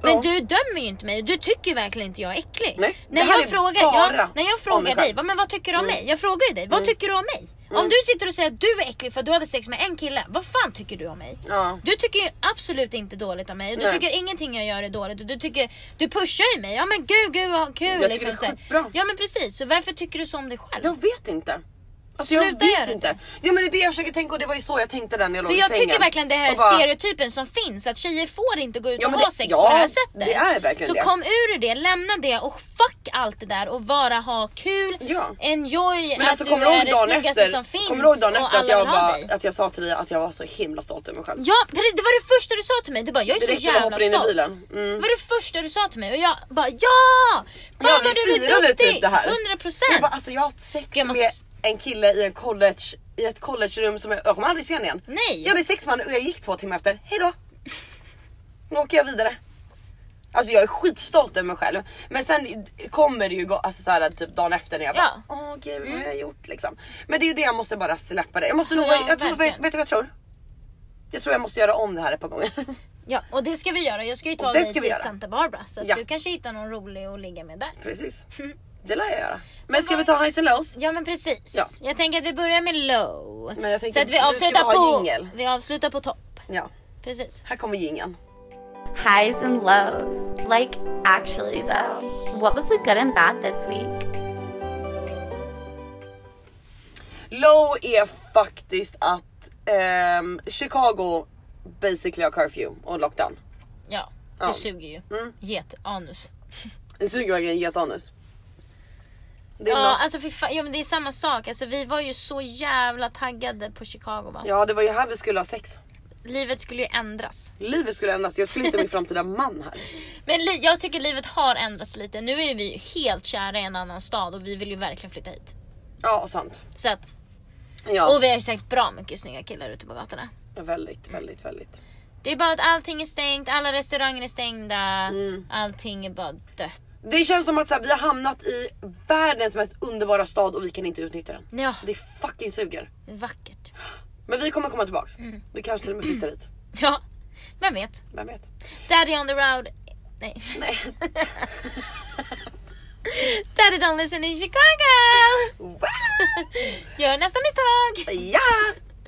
Speaker 2: Men
Speaker 1: Ja.
Speaker 2: du dömer ju inte mig du tycker verkligen inte jag är äcklig.
Speaker 1: Nej, det
Speaker 2: när,
Speaker 1: här
Speaker 2: jag
Speaker 1: är
Speaker 2: frågar,
Speaker 1: bara
Speaker 2: jag, när
Speaker 1: om
Speaker 2: jag
Speaker 1: mig
Speaker 2: frågar dig,
Speaker 1: själv. Mm.
Speaker 2: vad, men vad tycker du om mig? Jag frågar ju dig, vad tycker du om mig? Om du sitter och säger att du är äcklig för att du hade sex med en kille, vad fan tycker du om mig?
Speaker 1: Ja.
Speaker 2: Du tycker ju absolut inte dåligt om mig och du
Speaker 1: Nej.
Speaker 2: tycker ingenting jag gör är dåligt och du, tycker, du pushar ju mig. Ja men gud, gud vad kul.
Speaker 1: tycker
Speaker 2: liksom,
Speaker 1: det är
Speaker 2: så här.
Speaker 1: skitbra.
Speaker 2: Ja men precis, så varför tycker du så om dig själv?
Speaker 1: Jag vet inte. Alltså jag
Speaker 2: Sluta göra
Speaker 1: vet
Speaker 2: det.
Speaker 1: inte. Ja men det är det jag försöker tänka och det var ju så jag tänkte där när jag låg
Speaker 2: För
Speaker 1: i
Speaker 2: jag
Speaker 1: sängen.
Speaker 2: tycker verkligen det här
Speaker 1: Och bara,
Speaker 2: stereotypen som finns att tjejer får inte gå ut
Speaker 1: Ja,
Speaker 2: och
Speaker 1: men
Speaker 2: ha
Speaker 1: det-
Speaker 2: sex
Speaker 1: ja,
Speaker 2: på det här sättet.
Speaker 1: det är verkligen
Speaker 2: så
Speaker 1: det.
Speaker 2: kom ur det, lämna det och fuck allt det där och bara ha kul,
Speaker 1: Ja.
Speaker 2: enjoy
Speaker 1: Men
Speaker 2: att
Speaker 1: alltså
Speaker 2: du
Speaker 1: kommer du
Speaker 2: är
Speaker 1: ihåg
Speaker 2: det
Speaker 1: dagen
Speaker 2: snyggaste som
Speaker 1: efter,
Speaker 2: finns
Speaker 1: kommer du ihåg dagen
Speaker 2: och
Speaker 1: efter att
Speaker 2: alla
Speaker 1: jag,
Speaker 2: vill ha
Speaker 1: bara,
Speaker 2: dig.
Speaker 1: att jag sa till dig att jag var så himla stolt över mig själv?
Speaker 2: Ja, pre- det var det första du sa till mig. Du bara, jag är så
Speaker 1: Direkt när jag
Speaker 2: jävla
Speaker 1: hoppade in i
Speaker 2: stolt.
Speaker 1: bilen. Mm.
Speaker 2: Det var det första du sa till mig och jag bara, ja! Fan
Speaker 1: Ja, vi
Speaker 2: vad du är
Speaker 1: firade
Speaker 2: duktig!
Speaker 1: typ det här.
Speaker 2: 100%!
Speaker 1: Jag bara, alltså jag har haft sex
Speaker 2: Jag måste-
Speaker 1: med en kille i en college, i ett collegerum som jag, jag kommer aldrig se honom igen.
Speaker 2: Nej.
Speaker 1: Jag hade sex med honom och jag gick två timmar efter, hejdå. Nu åker jag vidare. Alltså jag är skitstolt över mig själv. Men sen kommer det ju gå, alltså såhär typ dagen efter när jag bara, åh gud vad har jag gjort liksom. Men det är ju det jag måste bara släppa det. Jag måste nog,
Speaker 2: Mm. Ja,
Speaker 1: jag tror, vet,
Speaker 2: verkligen.
Speaker 1: vet du vad jag tror? Jag tror jag måste göra om det här ett par
Speaker 2: [laughs]
Speaker 1: gånger.
Speaker 2: Ja, och det ska vi göra. Jag ska ju ta
Speaker 1: Och det
Speaker 2: dig
Speaker 1: ska vi
Speaker 2: till
Speaker 1: göra.
Speaker 2: Santa Barbara så att
Speaker 1: Ja.
Speaker 2: du kanske hittar någon rolig att ligga med där.
Speaker 1: Precis. Det lär jag
Speaker 2: [laughs]
Speaker 1: göra. Men
Speaker 2: Men
Speaker 1: ska
Speaker 2: vad-
Speaker 1: vi ta highs and lows?
Speaker 2: Ja men precis.
Speaker 1: Ja.
Speaker 2: Jag tänker att vi börjar med low.
Speaker 1: Men jag tänker-
Speaker 2: så att vi
Speaker 1: nu ska
Speaker 2: avslutar,
Speaker 1: vi ha
Speaker 2: på,
Speaker 1: jingle.
Speaker 2: vi avslutar på topp.
Speaker 1: Ja,
Speaker 2: Precis.
Speaker 1: här kommer jingeln.
Speaker 3: Highs and lows. Like, actually, though, what was the good and bad this week?
Speaker 1: Low är faktiskt att ehm, Chicago basically har curfew och lockdown.
Speaker 2: Ja, det
Speaker 1: Ja. Mm.
Speaker 2: suger ju. Getanus.
Speaker 1: Det suger verkligen getanus. Det är
Speaker 2: Ja,
Speaker 1: ja,
Speaker 2: alltså, fy fan, ja men det är samma sak. Alltså, vi var ju så jävla taggade på Chicago va?
Speaker 1: ja det var ju här vi skulle ha sex.
Speaker 2: Livet skulle ju ändras.
Speaker 1: Livet skulle ändras, jag skulle hitta min framtida man här.
Speaker 2: Men li- jag tycker livet har ändrats lite. Nu är vi ju helt kära i en annan stad och vi vill ju verkligen flytta hit.
Speaker 1: Ja sant.
Speaker 2: Så att,
Speaker 1: Ja,
Speaker 2: och vi har ju sagt bra mycket snygga killar ute på gatorna.
Speaker 1: väldigt, väldigt, väldigt.
Speaker 2: Det är bara att allting är stängt, alla restauranger är stängda,
Speaker 1: Mm.
Speaker 2: allting är bara dött.
Speaker 1: Det känns som att så här, vi har hamnat i världens mest underbara stad och vi kan inte utnyttja den.
Speaker 2: Ja,
Speaker 1: Det fucking suger.
Speaker 2: det är vackert.
Speaker 1: Men vi kommer komma tillbaks. Vi kanske till och med flyttar dit.
Speaker 2: Ja, vem vet?
Speaker 1: Vem vet?
Speaker 2: Daddy on the road. Nej.
Speaker 1: Nej.
Speaker 2: [laughs] Daddy don't listen in Chicago!
Speaker 1: [laughs] Wow.
Speaker 2: Gör nästa misstag!
Speaker 1: Ja!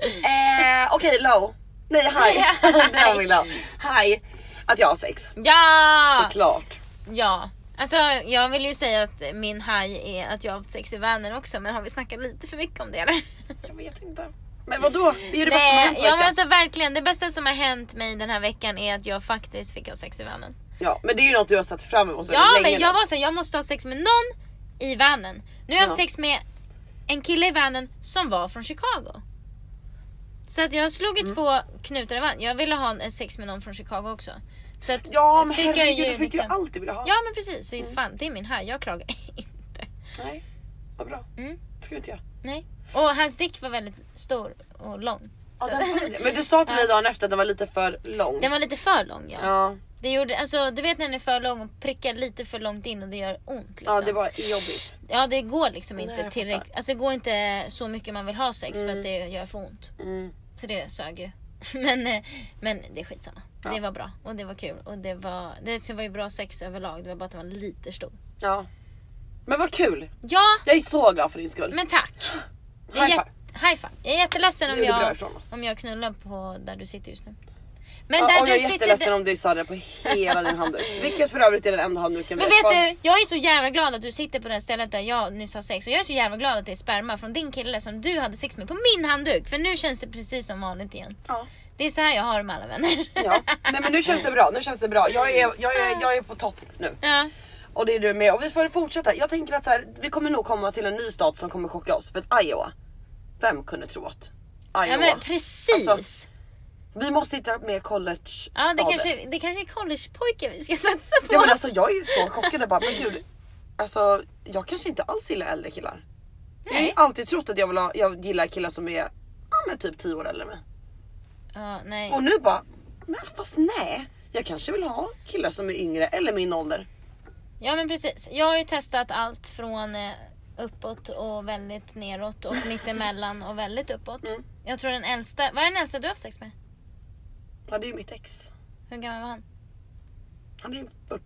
Speaker 1: Eh, Okej, low. Nej, high. [laughs] Det var min low. High. Att jag har sex.
Speaker 2: Ja!
Speaker 1: Såklart.
Speaker 2: Ja. Alltså jag vill ju säga att min haj är att jag har haft sex i världen också men har vi snackat lite för mycket om det eller?
Speaker 1: Jag vet inte. Men vadå? Det är ju det bästa som har
Speaker 2: Nej,
Speaker 1: hänt
Speaker 2: ja,
Speaker 1: ja,
Speaker 2: men alltså verkligen det bästa som har hänt mig den här veckan är att jag faktiskt fick ha sex i vanen.
Speaker 1: ja, men det är ju något du har sett fram emot
Speaker 2: Ja
Speaker 1: väldigt länge
Speaker 2: men jag
Speaker 1: nu.
Speaker 2: var såhär, jag måste ha sex med någon i vanen. Nu har jag haft
Speaker 1: Ja.
Speaker 2: sex med en kille i vanen som var från Chicago. Så att jag slog i
Speaker 1: Mm.
Speaker 2: två knutar i varann. Jag ville ha en- en sex med någon från Chicago också. Så att
Speaker 1: Ja men
Speaker 2: fick jag
Speaker 1: herregud, det fick Mm.
Speaker 2: liksom-
Speaker 1: du alltid vilja ha.
Speaker 2: Ja men precis, så fan, det är min här. Jag klagar [laughs] inte.
Speaker 1: Nej, vad bra.
Speaker 2: Mm.
Speaker 1: Det skulle inte jag.
Speaker 2: Nej. Och hans dick var väldigt stor och lång.
Speaker 1: Ja,
Speaker 2: Så
Speaker 1: den var
Speaker 2: [laughs]
Speaker 1: det. men du sa till mig dagen efter att den var lite för lång.
Speaker 2: den var lite för lång ja.
Speaker 1: Ja,
Speaker 2: Det gjorde, alltså, du vet när den är för lång och prickar lite för långt in och det gör ont. Liksom.
Speaker 1: ja det var jobbigt.
Speaker 2: Ja, det går liksom
Speaker 1: Nej,
Speaker 2: inte
Speaker 1: jag
Speaker 2: tillräckligt.
Speaker 1: fattar.
Speaker 2: Alltså det går inte så mycket man vill ha sex för att det gör för ont.
Speaker 1: Mm.
Speaker 2: Så det sög ju. [laughs] Men, eh, men det är skitsamma.
Speaker 1: Ja.
Speaker 2: Det var bra och det var kul och det var, det var ju bra sex överlag. Det var bara att den var lite stor.
Speaker 1: Ja. Men vad kul!
Speaker 2: Ja,
Speaker 1: Jag är så glad för din skull.
Speaker 2: men tack. Jag är
Speaker 1: High
Speaker 2: jät-
Speaker 1: five.
Speaker 2: High five. Jag är jätteledsen om
Speaker 1: Nu är det bra
Speaker 2: jag,
Speaker 1: ifrån oss.
Speaker 2: om jag knullar på där du sitter just nu. Men
Speaker 1: Ja,
Speaker 2: där
Speaker 1: och
Speaker 2: du
Speaker 1: jag är
Speaker 2: sitter...
Speaker 1: jätteledsen om det är sarre på hela din
Speaker 2: [laughs]
Speaker 1: handduk. Vilket för övrigt är den enda handduken
Speaker 2: Men
Speaker 1: vi har
Speaker 2: vet
Speaker 1: kvar.
Speaker 2: du, jag är så jävla glad att du sitter på det här stället där jag nyss har sex. Och jag är så jävla glad att det är sperma från din kille som du hade sex med på min handduk. För nu känns det precis som vanligt igen.
Speaker 1: Ja.
Speaker 2: Det är så här jag har det med alla vänner. [laughs]
Speaker 1: Ja. Nej men nu känns det bra, nu känns det bra. Jag är, jag är, jag är på topp nu.
Speaker 2: Ja.
Speaker 1: Och det är du med. Och vi får fortsätta. Jag tänker att så här, vi kommer nog komma till en ny stat som kommer chocka oss. För att Iowa. Vem kunde tro att Iowa.
Speaker 2: ja men precis.
Speaker 1: Alltså, vi måste hitta mer college
Speaker 2: ja, det, kanske, det kanske är collegepojkar vi ska [laughs] satsa på.
Speaker 1: Ja men alltså jag är ju så chockad. Jag bara, men gud. Alltså jag kanske inte alls gillar äldre killar. Jag har ju
Speaker 2: Nej.
Speaker 1: alltid trott att jag, vill ha, jag gillar killar som är ja, men typ 10 år äldre än mig.
Speaker 2: Ja, nej.
Speaker 1: Och nu bara, men fast nej. Jag kanske vill ha killar som är yngre eller min ålder.
Speaker 2: Ja men precis. Jag har ju testat allt från eh, uppåt och väldigt neråt och mittemellan och väldigt uppåt.
Speaker 1: Mm.
Speaker 2: Jag tror den äldsta, vad är den äldsta du har haft sex med?
Speaker 1: Ja det är ju mitt ex.
Speaker 2: Hur gammal var han?
Speaker 1: Han är ju 40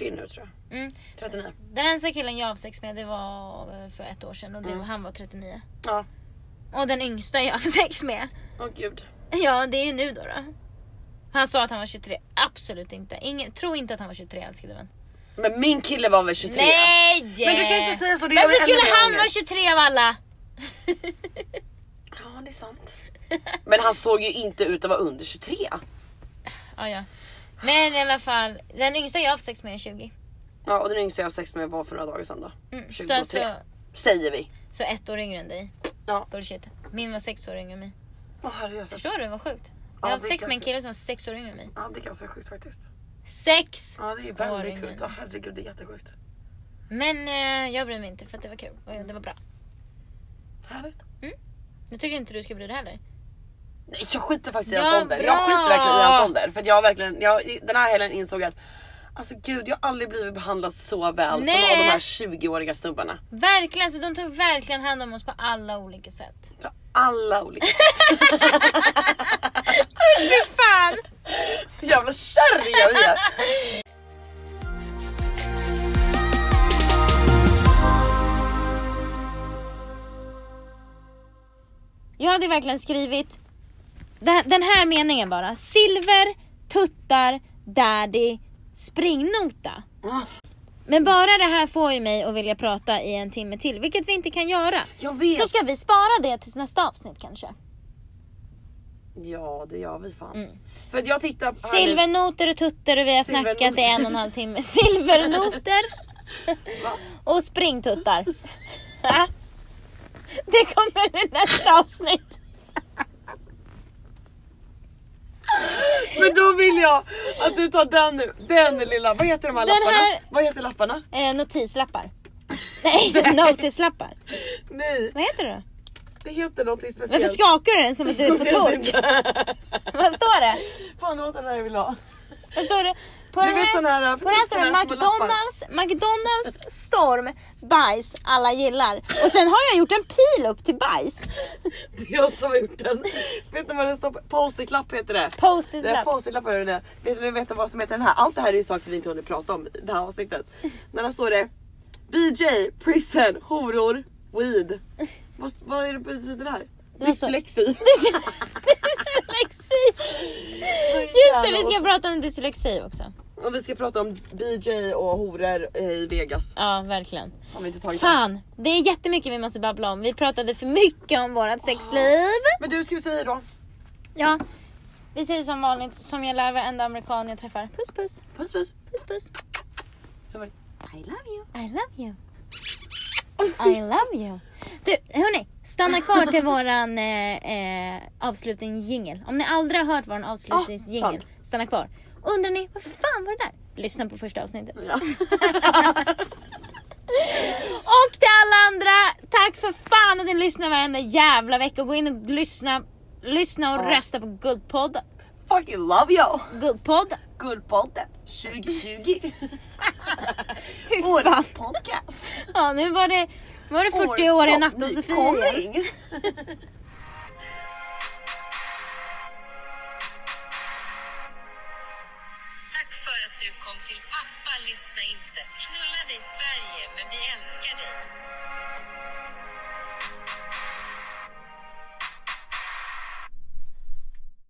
Speaker 1: nu tror jag.
Speaker 2: Mm.
Speaker 1: 39.
Speaker 2: Den äldsta killen jag har haft sex med det var eh, för ett år sedan och
Speaker 1: Mm.
Speaker 2: det, han var 39.
Speaker 1: Ja.
Speaker 2: Och den yngsta jag har haft sex med,
Speaker 1: Åh gud.
Speaker 2: [laughs] ja det är ju nu då. då. Han sa att han var 23, absolut inte. Ingen, tro inte att han var 23 älskade vän.
Speaker 1: Men min kille var väl 23?
Speaker 2: Nej!
Speaker 1: Men du kan inte säga så, det gör mig
Speaker 2: Varför skulle
Speaker 1: ännu mer
Speaker 2: han
Speaker 1: ånger.
Speaker 2: vara 23
Speaker 1: [laughs]
Speaker 2: av alla?
Speaker 1: Ja det är sant. Men han såg ju inte ut att vara under 23.
Speaker 2: Ja, ja. Men i alla fall, den yngsta jag har haft sex med är 20.
Speaker 1: Ja och den yngsta jag har sex med var för några dagar sedan då.
Speaker 2: Mm.
Speaker 1: 23.
Speaker 2: Så, alltså,
Speaker 1: Säger vi.
Speaker 2: så ett år yngre än dig.
Speaker 1: Ja.
Speaker 2: Bullshit. Min var sex år yngre än mig.
Speaker 1: Åh herregud.
Speaker 2: Förstår du vad sjukt? Jag
Speaker 1: Ja,
Speaker 2: har haft
Speaker 1: det
Speaker 2: sex
Speaker 1: kan
Speaker 2: med en
Speaker 1: jag
Speaker 2: kille som var sex år yngre än mig.
Speaker 1: Ja det är ganska sjukt faktiskt.
Speaker 2: Sex!
Speaker 1: Ja det är
Speaker 2: År
Speaker 1: väldigt
Speaker 2: yngre.
Speaker 1: sjukt. Ja herregud det är jättesjukt.
Speaker 2: Men eh, jag bryr mig inte för att det var kul och det var bra.
Speaker 1: Härligt.
Speaker 2: Nu tycker inte du ska bry dig heller.
Speaker 1: Nej jag skiter faktiskt i
Speaker 2: Ja,
Speaker 1: hans ålder. Jag
Speaker 2: bra.
Speaker 1: skiter verkligen i hans ålder. För att jag verkligen, jag, den här helgen insåg att Alltså gud jag har aldrig blivit behandlad så väl som
Speaker 2: Nej.
Speaker 1: av de här 20-åriga snubbarna.
Speaker 2: Verkligen, så de tog verkligen hand om oss på alla olika sätt.
Speaker 1: På alla [laughs] olika
Speaker 2: Fy fan!
Speaker 1: jävla kärringar vi är.
Speaker 2: Jag hade verkligen skrivit den, den här meningen bara. Silver, tuttar, daddy, springnota.
Speaker 1: Ja,
Speaker 2: Men bara det här får ju mig att vilja prata i en timme till, vilket vi inte kan göra.
Speaker 1: Jag
Speaker 2: Så
Speaker 1: vet.
Speaker 2: ska vi spara det tills nästa avsnitt kanske.
Speaker 1: Ja det gör vi fan.
Speaker 2: Mm.
Speaker 1: För att jag tittar på
Speaker 2: Silvernoter och tuttar och vi har
Speaker 1: Silvernoter.
Speaker 2: snackat i en och en halv timme. [laughs] Silvernoter och springtuttar. [laughs] Det kommer i nästa avsnitt.
Speaker 1: Men då vill jag att du tar den nu. Den lilla, vad heter de här
Speaker 2: Den
Speaker 1: lapparna?
Speaker 2: här-
Speaker 1: Vad heter lapparna?
Speaker 2: Eh, notislappar. [laughs] Nej, notislappar.
Speaker 1: Nej
Speaker 2: Vad heter det då?
Speaker 1: det heter någonting speciellt.
Speaker 2: Varför skakar du den som
Speaker 1: [laughs]
Speaker 2: ett huvud på tork? Vad står det?
Speaker 1: Fan det var den här jag ville ha.
Speaker 2: Vad står det? På
Speaker 1: Du
Speaker 2: den
Speaker 1: vet
Speaker 2: här,
Speaker 1: sån här-
Speaker 2: på den här står det
Speaker 1: sån här små
Speaker 2: McDonalds, McDonalds storm bajs alla gillar. Och sen har jag gjort en pil upp till bajs.
Speaker 1: Det är jag som har gjort den. Vet du vad den står på? Post-it-lapp heter det.
Speaker 2: Post-it
Speaker 1: Det är
Speaker 2: lapp.
Speaker 1: post-it-lappar är det. Vet du vet du vad som heter den här? Allt det här är ju saker vi inte hunnit prata om i det här avsnittet. Men här står det BJ, prison, horor, weed. Vad, vad är det betyder det här?
Speaker 2: Vad står- [laughs]
Speaker 1: Dyslexi.
Speaker 2: [laughs] dyslexi. Just det, vi ska prata om dyslexi också.
Speaker 1: Och vi ska prata om BJ och horor eh, i Vegas.
Speaker 2: Ja, verkligen.
Speaker 1: Har vi inte tagit det.
Speaker 2: Fan, det är jättemycket vi måste babbla om. Vi pratade för mycket om vårt sexliv.
Speaker 1: Men du ska vi säga då.
Speaker 2: Ja, vi säger som vanligt, som jag lär varenda amerikan jag träffar. Puss puss,
Speaker 1: Puss puss.
Speaker 2: puss puss.
Speaker 1: [laughs] Hur var det? I love you.
Speaker 2: I love you. I love you. Du, hörni. Stanna kvar till våran eh, eh, avslutningsjingel. Om ni aldrig har hört våran avslutningsjingel,
Speaker 1: sant.
Speaker 2: stanna kvar. Undrar ni, vad fan var det där? Lyssna på första avsnittet. [laughs] Och till alla andra, tack för fan att ni lyssnar varenda jävla vecka. Gå in och lyssna, lyssna och rösta på Guldpodden.
Speaker 1: [laughs] Fucking love you!
Speaker 2: Guldpodden.
Speaker 1: Guldpodden 2020.
Speaker 2: [laughs] Fy fan.
Speaker 1: Årets podcast.
Speaker 2: Ja, nu var det, var det 40 år i natt och Sofia igen.
Speaker 1: Nykomling.
Speaker 4: Tack för att du kom till pappa. Lyssna inte